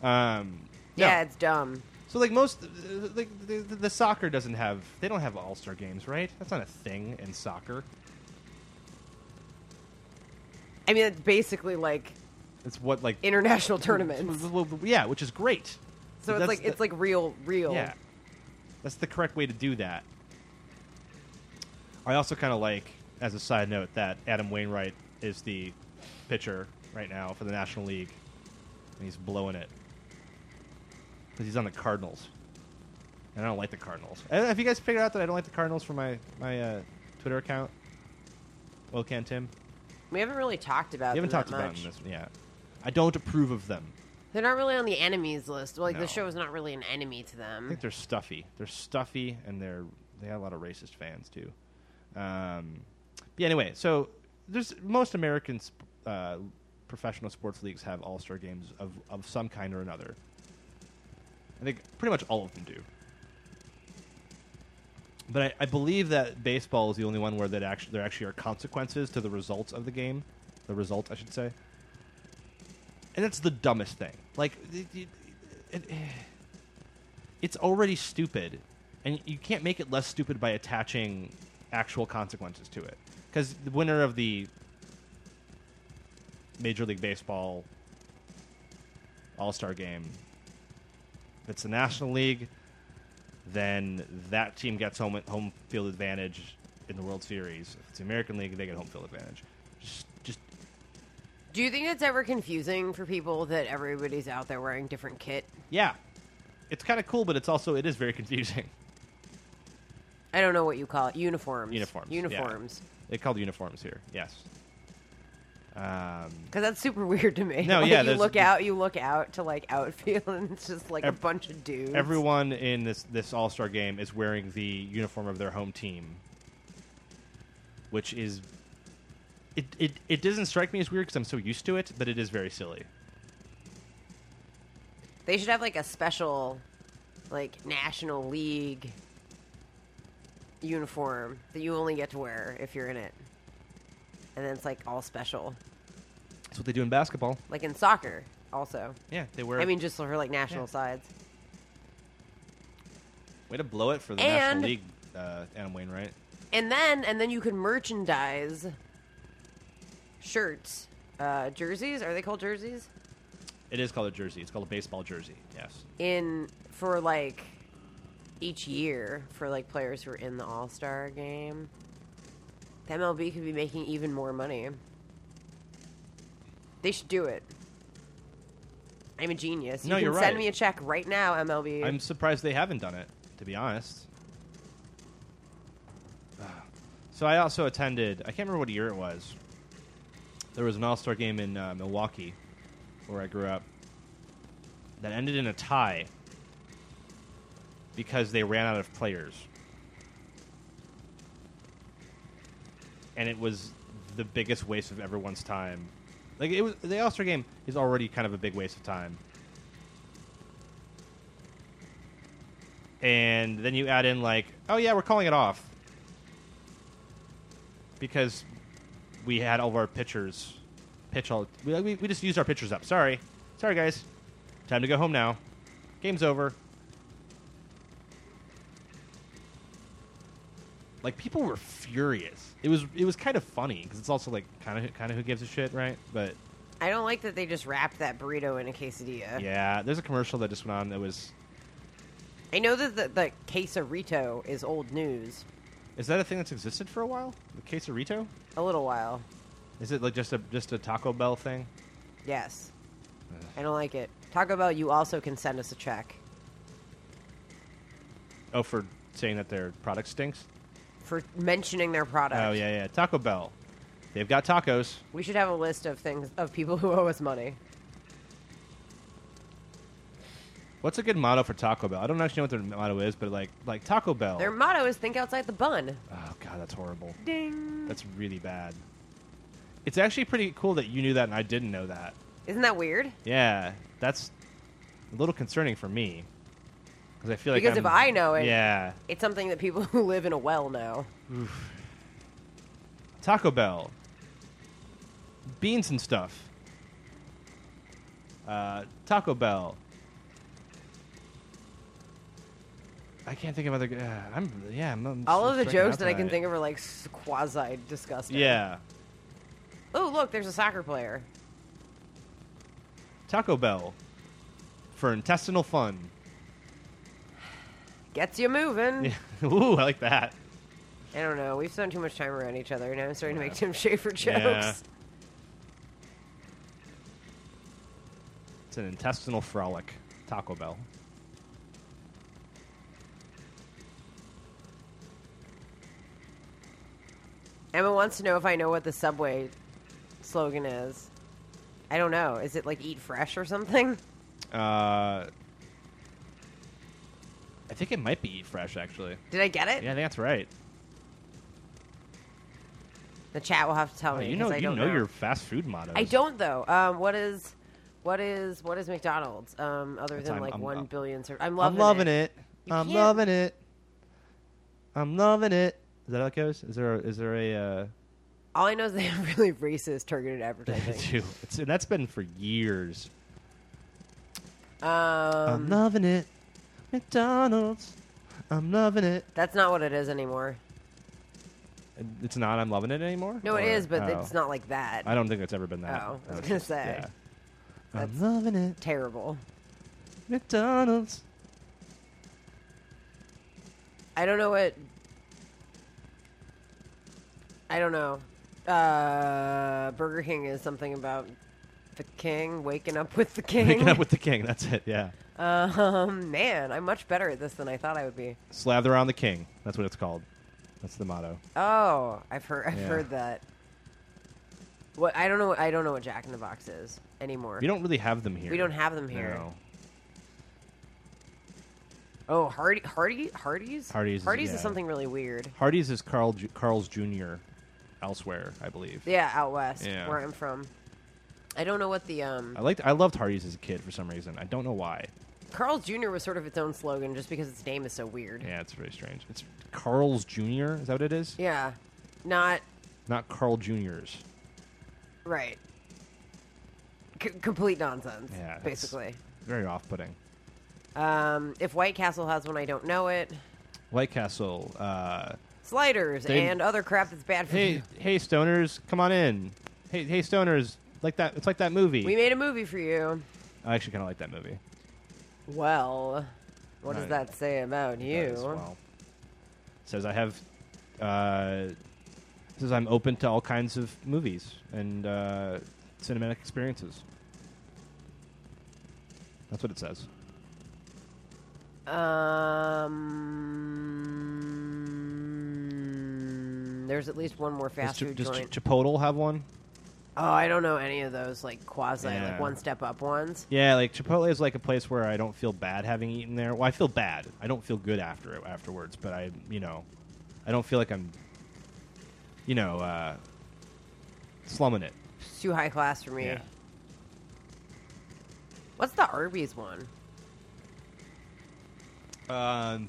Um, no. Yeah, it's dumb. So like most, uh, like the, the, the soccer doesn't have. They don't have All Star games, right? That's not a thing in soccer. I mean, it's basically like It's what like international tournaments. Well, well, yeah, which is great. So it's That's like the- it's like real, real. yeah, that's the correct way to do that. I also kind of like, as a side note, that Adam Wainwright is the pitcher right now for the National League, and he's blowing it because he's on the Cardinals. And I don't like the Cardinals. I don't know if you guys figured out that I don't like the Cardinals for my my uh, Twitter account. Well, can Tim? We haven't really talked about. You haven't them talked that about much. them this Yeah, I don't approve of them. They're not really on the enemies list. Well, like No. the show is not really an enemy to I them. think they're stuffy. They're stuffy, and they're they have a lot of racist fans too. Um, but yeah, anyway, so there's most American sp- uh, professional sports leagues have all star games of of some kind or another. I think pretty much all of them do. But I, I believe that baseball is the only one where that actually there actually are consequences to the results of the game, the result I should say. And that's the dumbest thing. Like, it- it- it- it's already stupid, and you can't make it less stupid by attaching actual consequences to it. Because the winner of the Major League Baseball All Star Game, if it's the National League, then that team gets home home field advantage in the World Series. If it's the American League, they get home field advantage. Just, just Do you think it's ever confusing for people that everybody's out there wearing different kit? yeah, it's kind of cool, but it's also it is very confusing. I don't know what you call it. Uniforms. Uniforms. yeah. Uniforms. They called uniforms here. Yes. Um, Because that's super weird to me. No, like, yeah, You there's- look out. You look out to like outfield, and it's just like a Ev- bunch of dudes. everyone in this this All Star game is wearing the uniform of their home team, which is it it, it doesn't strike me as weird because I'm so used to it, but it is very silly. They should have like a special, like National League uniform that you only get to wear if you're in it. And then it's like all special, That's what they do in basketball. like in soccer also. Yeah, they wear. I mean, just for like national Yeah. sides. way to blow it for the and- National League, uh, Adam Wainwright. And then and then you can merchandise shirts, uh, jerseys. Are they called jerseys? It is called a jersey. It's called a baseball jersey. Yes. In for like each year for like players who are in the All Star game. The MLB could be making even more money. They should do it. I'm a genius. You No, can you're send right. me a check right now, MLB. I'm surprised they haven't done it, to be honest. Ah. So I also attended. I can't remember what year it was. There was an All Star game in uh, Milwaukee, where I grew up, that ended in a tie because they ran out of players, and it was the biggest waste of everyone's time. Like it was the All Star game is already kind of a big waste of time. And then you add in like, oh yeah, we're calling it off. Because we had all of our pitchers pitch all we, we, we just used our pitchers up. Sorry. Sorry guys. Time to go home now. Game's over. like people were furious. It was it was kind of funny because it's also like kind of kind of who gives a shit, right? But I don't like that they just wrapped that burrito in a quesadilla. yeah, there's a commercial that just went on that was I know that the, the quesarito is old news. is that a thing that's existed for a while? The quesarito? A little while. Is it like just a just a Taco Bell thing? Yes. I don't like it. Taco Bell, you also can send us a check Oh, for saying that their product stinks. for mentioning their product. Oh yeah, yeah, Taco Bell. They've got tacos. We should have a list of things of people who owe us money. What's a good motto for Taco Bell? I don't actually know what their motto is, but like like Taco Bell. Their motto is think outside the bun. oh god, that's horrible. Ding. That's really bad. It's actually pretty cool that you knew that and I didn't know that. Isn't that weird? Yeah, that's a little concerning for me because I feel like Because I'm- if I know it- yeah, It's something that people who live in a well know. Taco Bell, beans and stuff. Uh, Taco Bell. I can't think of other. Uh, I'm yeah. I'm, I'm All of the stricken jokes out that I can tonight. think of are like quasi disgusting. Yeah, Oh, look, there's a soccer player. Taco Bell for intestinal fun. Gets you moving. Yeah. Ooh, I like that. I don't know. We've spent too much time around each other. Now I'm starting to make Yeah. Tim Schafer jokes. Yeah. It's an intestinal frolic. Taco Bell. Emma wants to know if I know what the Subway slogan is. I don't know. Is it like eat fresh or something? Uh, I think it might be Eat Fresh, actually. Did I get it? Yeah, I think that's right. Oh, The chat will have to tell Oh, me. you know, 'cause I you know, don't your fast food motto. I don't though. Um, what is, what is, what is McDonald's? Um, other That's- than I'm- like I'm- one I'm- billion. Ser- I'm I'm loving. loving it. You I'm can't- loving it. I'm loving it. Is that how it goes? Is there a, is there a All I know is they have really racist targeted uh, advertising. two? It's, and that's been for years. I'm um, loving it. McDonald's. I'm loving it. that's not what it is anymore. It's not. I'm loving it anymore. No, it Or- is, but oh. it's not like that. I don't think it's ever been that. Oh, I was That gonna just- say. yeah. I'm That's- loving it. Terrible. McDonald's. I don't know what. I don't know. Uh, Burger King is something about the king waking up with the king. Picking up with the king. That's it. Yeah. um, man, I'm much better at this than I thought I would be. Slather on the king. That's what it's called. That's the motto. Oh, I've heard. I've Yeah. heard that. What I don't know. I don't know what Jack in the Box is anymore. We don't really have them here. We don't have them here. No. Oh, Hardy, Hardy, Hardy's. Hardee's is- Hardy's yeah. is something really weird. Hardee's is Carl Ju- Carl's Jr. elsewhere, I believe. Yeah, out west, Yeah. Uh, where I'm from. I don't know what the um. I liked I loved Hardee's as a kid for some reason. I don't know why. Carl's Jr. was sort of its own slogan just because its name is so weird. Yeah, it's very strange. It's Carl's Jr. Is that what it is? Yeah. Not Not Carl Jr.'s. right. C- complete nonsense, Yeah, that's- basically. Very off-putting. Um, if White Castle has one, I don't know it. White Castle. Uh, Sliders They- and other crap that's bad for hey, you. hey, stoners, come on in. Hey, hey, stoners, like that. It's like that movie. We made a movie for you. I actually kind of like that movie. Well, what does Right. that say about you? does, well. Says I have. Uh, says I'm open to all kinds of movies and uh, cinematic experiences. That's what it says. Um, there's at least one more Does, fast Chi- food does Chi- joint. Chipotle have one? oh, I don't know any of those like quasi, Yeah. like one step up ones. Yeah, like Chipotle is like a place where I don't feel bad having eaten there. Well, I feel bad. I don't feel good after it afterwards, but I, you know, I don't feel like I'm, you know, uh, slumming it. It's too high class for me. Yeah. What's the Arby's one? Um,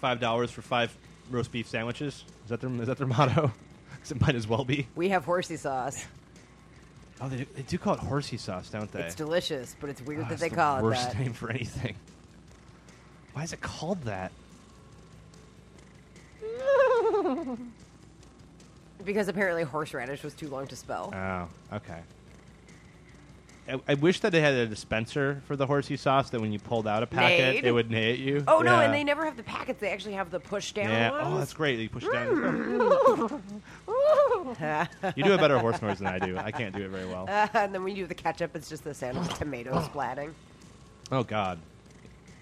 five dollars for five roast beef sandwiches. Is that their is that their motto? 'Cause it might as well be. We have horsey sauce. Oh, they do, they do call it horsey sauce, don't they? It's delicious, but it's weird Ah, that it's they the call it worst that. name for anything. Why is it called that? Because apparently horseradish was too long to spell. Oh, okay. I, I wish that they had a dispenser for the horsey sauce that when you pulled out a packet, Nade? it would nay at you. oh no, Yeah. and they never have the packets. They actually have the push down Yeah. ones. Oh, that's great. that You push it down. you do a better horse noise than I do. I can't do it very well. and then when you do the ketchup, it's just the sound of tomato splatting. Oh God.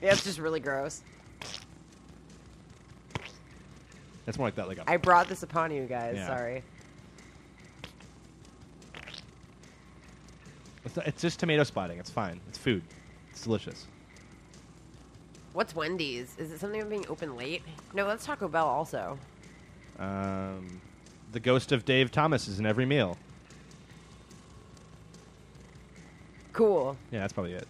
Yeah, it's just really gross. That's more like that. Like a I brought this upon you guys. Yeah. Sorry. It's, it's just tomato spotting. It's fine. It's food. It's delicious. What's Wendy's? Is it something about being open late? No, that's Taco Bell also. Um, the ghost of Dave Thomas is in every meal. Cool. Yeah, that's probably it.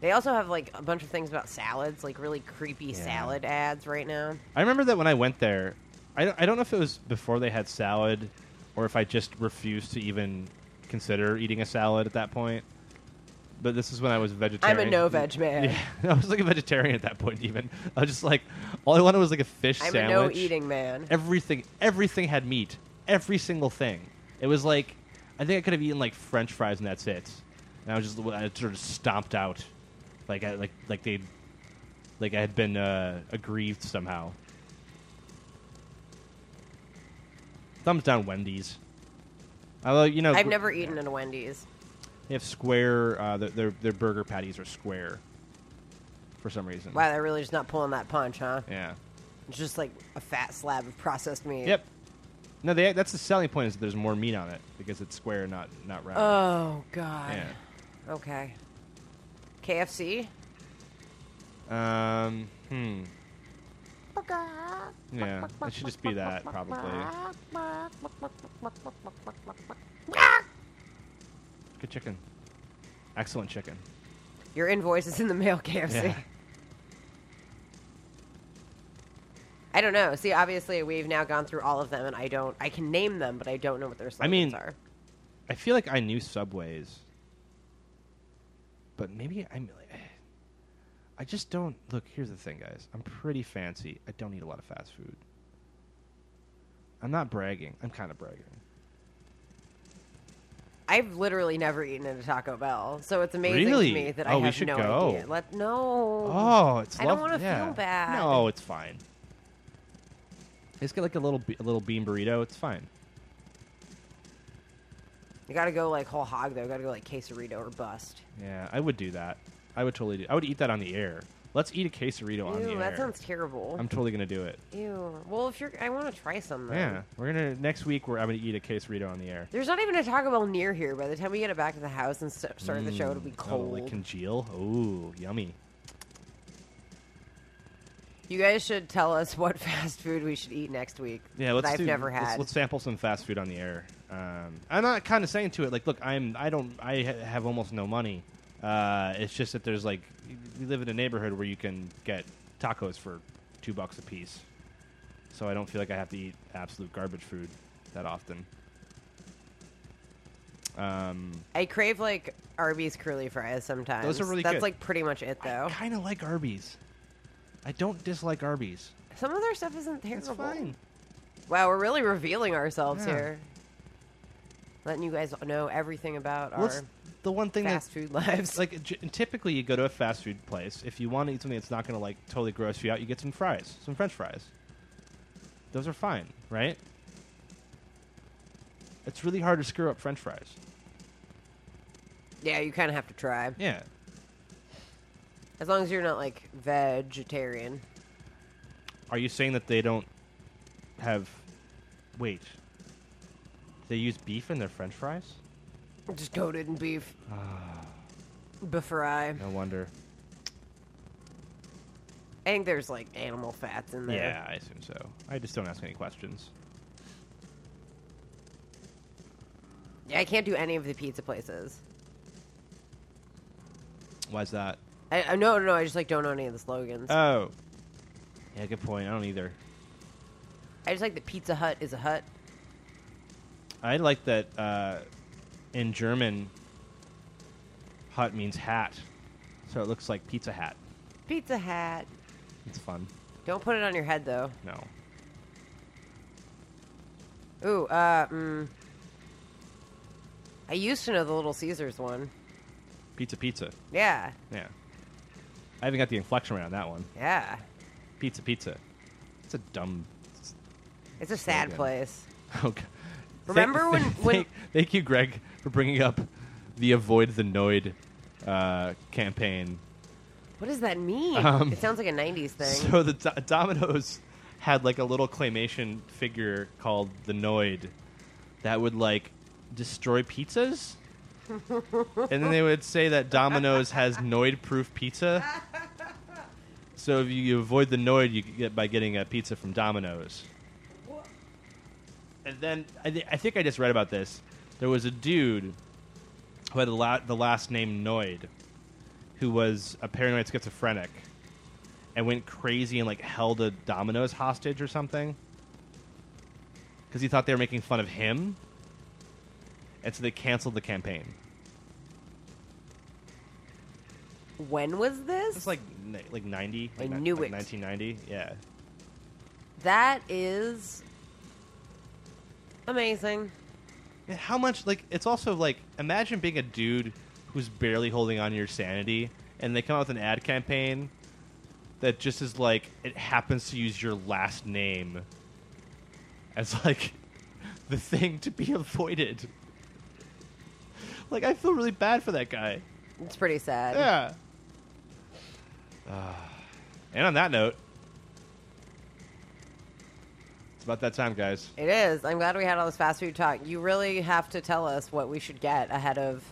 They also have like a bunch of things about salads, like really creepy Yeah. salad ads right now. I remember that when I went there, I don't, I don't know if it was before they had salad or if I just refused to even consider eating a salad at that point. But this is when I was vegetarian. no-veg man. Yeah, I was like a vegetarian at that point. Even I was just like, all I wanted was like a fish I'm sandwich. a no eating man. everything everything had meat every single thing it was like i think i could have eaten like french fries and that's it and i was just I sort of stomped out like i like like they like i had been uh, aggrieved somehow thumbs down wendy's although you know I've gr- never e-, eaten at a Wendy's. they have square uh, their, their their burger patties are square for some reason Wow, they're really just not pulling that punch, huh? yeah It's just like a fat slab of processed meat. Yep. No, they, that's the selling point is that there's more meat on it because it's square, not not round. Oh god. yeah. Okay. KFC. Um. Hmm. Yeah, it should just be that probably. Good chicken. Excellent chicken. Your invoice is in the mail, KFC. Yeah. I don't know. See, obviously, we've now gone through all of them, and I don't. I can name them, but I don't know what their slogans mean- are. I feel like I knew Subways, but maybe I'm. I just don't look. Here's the thing, guys. I'm pretty fancy. I don't eat a lot of fast food. I'm not bragging. I'm kind of bragging. I've literally never eaten at a Taco Bell, so it's amazing Really? to me that I Oh, have we should no go. idea. Let no. Oh, it's. I don't lov- wanna feel yeah. bad. No, it's fine. Just get like a little, be- a little bean burrito. It's fine. You gotta go like whole hog though. You gotta go like quesarito or bust. Yeah, I would do that. I would totally do. I would eat that on the air. Let's eat a quesarito on the Ew, air. that sounds terrible. I'm totally gonna do it. Ew. Well, if you're, I want to try some. Though. Yeah, we're gonna next week. We're I'm gonna eat a quesarito on the air. There's not even a Taco Bell near here. By the time we get it back to the house and st- start the show, it'll be Oh, cold. like congeal. Ooh, yummy. You guys should tell us what fast food we should eat next week. Yeah, let's that I've do- never let's- had. Let's, sample some fast food on the air. Um, I'm not kind of saying to it like, look, I'm I don't I ha- have almost no money. Uh, it's just that there's like we live in a neighborhood where you can get tacos for two bucks a piece, so I don't feel like I have to eat absolute garbage food that often. Um, I crave like Arby's curly fries sometimes. Those are really That's good. like pretty much it though. I kind of like Arby's. I don't dislike Arby's. Some of their stuff isn't It's terrible. fine. Wow, we're really revealing ourselves Yeah. here. Letting you guys know everything about What's our the one thing that fast food lives. It's like j- typically you go to a fast food place if you want to eat something that's not going to like totally gross you out you get some fries some french fries those are fine right it's really hard to screw up french fries yeah, you kind of have to try. yeah As long as you're not like vegetarian. are you saying that they don't have wait they use beef in their french fries Just coated in beef. Before I. no wonder I think there's like animal fats in there. yeah i assume so i just don't ask any questions Yeah, I can't do any of the pizza places. Why's that? I, I no, no, no. I just like don't know any of the slogans. Oh. Yeah, good point. I don't either. I just like the Pizza Hut is a hut. I like that uh, in German, hut means hat. So it looks like pizza hat. Pizza Hat. It's fun. Don't put it on your head though. No. Ooh, uh, mm, I used to know the Little Caesars one. Pizza, pizza. Yeah, Yeah. I haven't got the inflection right on that one. yeah. Pizza, pizza. It's a dumb. It's a sad good. place. Oh, God. Remember when- Thank, when- thank, thank you, Greg, for bringing up the avoid the noid uh, campaign What does that mean? Um, it sounds like a '90s thing. So the do- Domino's had like a little claymation figure called the Noid that would like destroy pizzas. and then they would say that Domino's has Noid proof pizza. So if you avoid the Noid, you get by getting a pizza from Domino's. And then I, th- I think I just read about this. There was a dude who had the, la- the last name Noid, who was a paranoid schizophrenic and went crazy and like held a Domino's hostage or something because he thought they were making fun of him, and so they canceled the campaign. when was this? It's like ni- like ninety. I like, ni- knew like it. Nineteen ninety. Yeah. that is amazing. And How much like it's also like imagine being a dude who's barely holding on to your sanity, and they come out with an ad campaign that just is like it happens to use your last name as like the thing to be avoided. Like I feel really bad for that guy. It's pretty sad. Yeah. and on that note, it's about that time, guys. It is. I'm glad we had all this fast food talk. You really have to tell us what we should get ahead of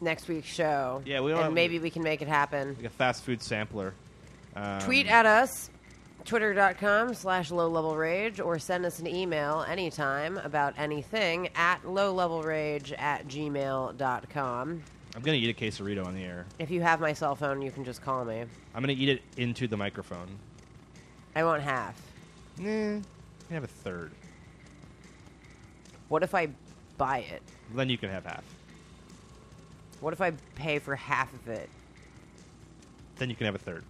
next week's show. Yeah, we don't have- and maybe we can make it happen. Like a fast food sampler. Um, Tweet at us, twitter.com slash low level rage, or send us an email anytime about anything at low level rage at gmail.com. I'm gonna eat a quesarito on the air. If you have my cell phone, you can just call me. I'm gonna eat it into the microphone. I won't half. Nah, you can have a third. What if I buy it? Then you can have half. What if I pay for half of it? Then you can have a third.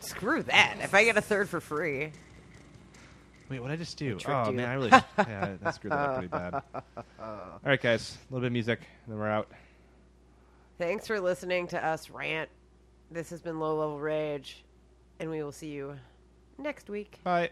Screw that. If I get a third for free. Wait, what did I just do? tricked Oh you. man, I really yeah, I screwed that up pretty bad. All right, guys, a little bit of music, and then we're out. Thanks for listening to us rant. This has been Low Level Rage, and we will see you next week. Bye.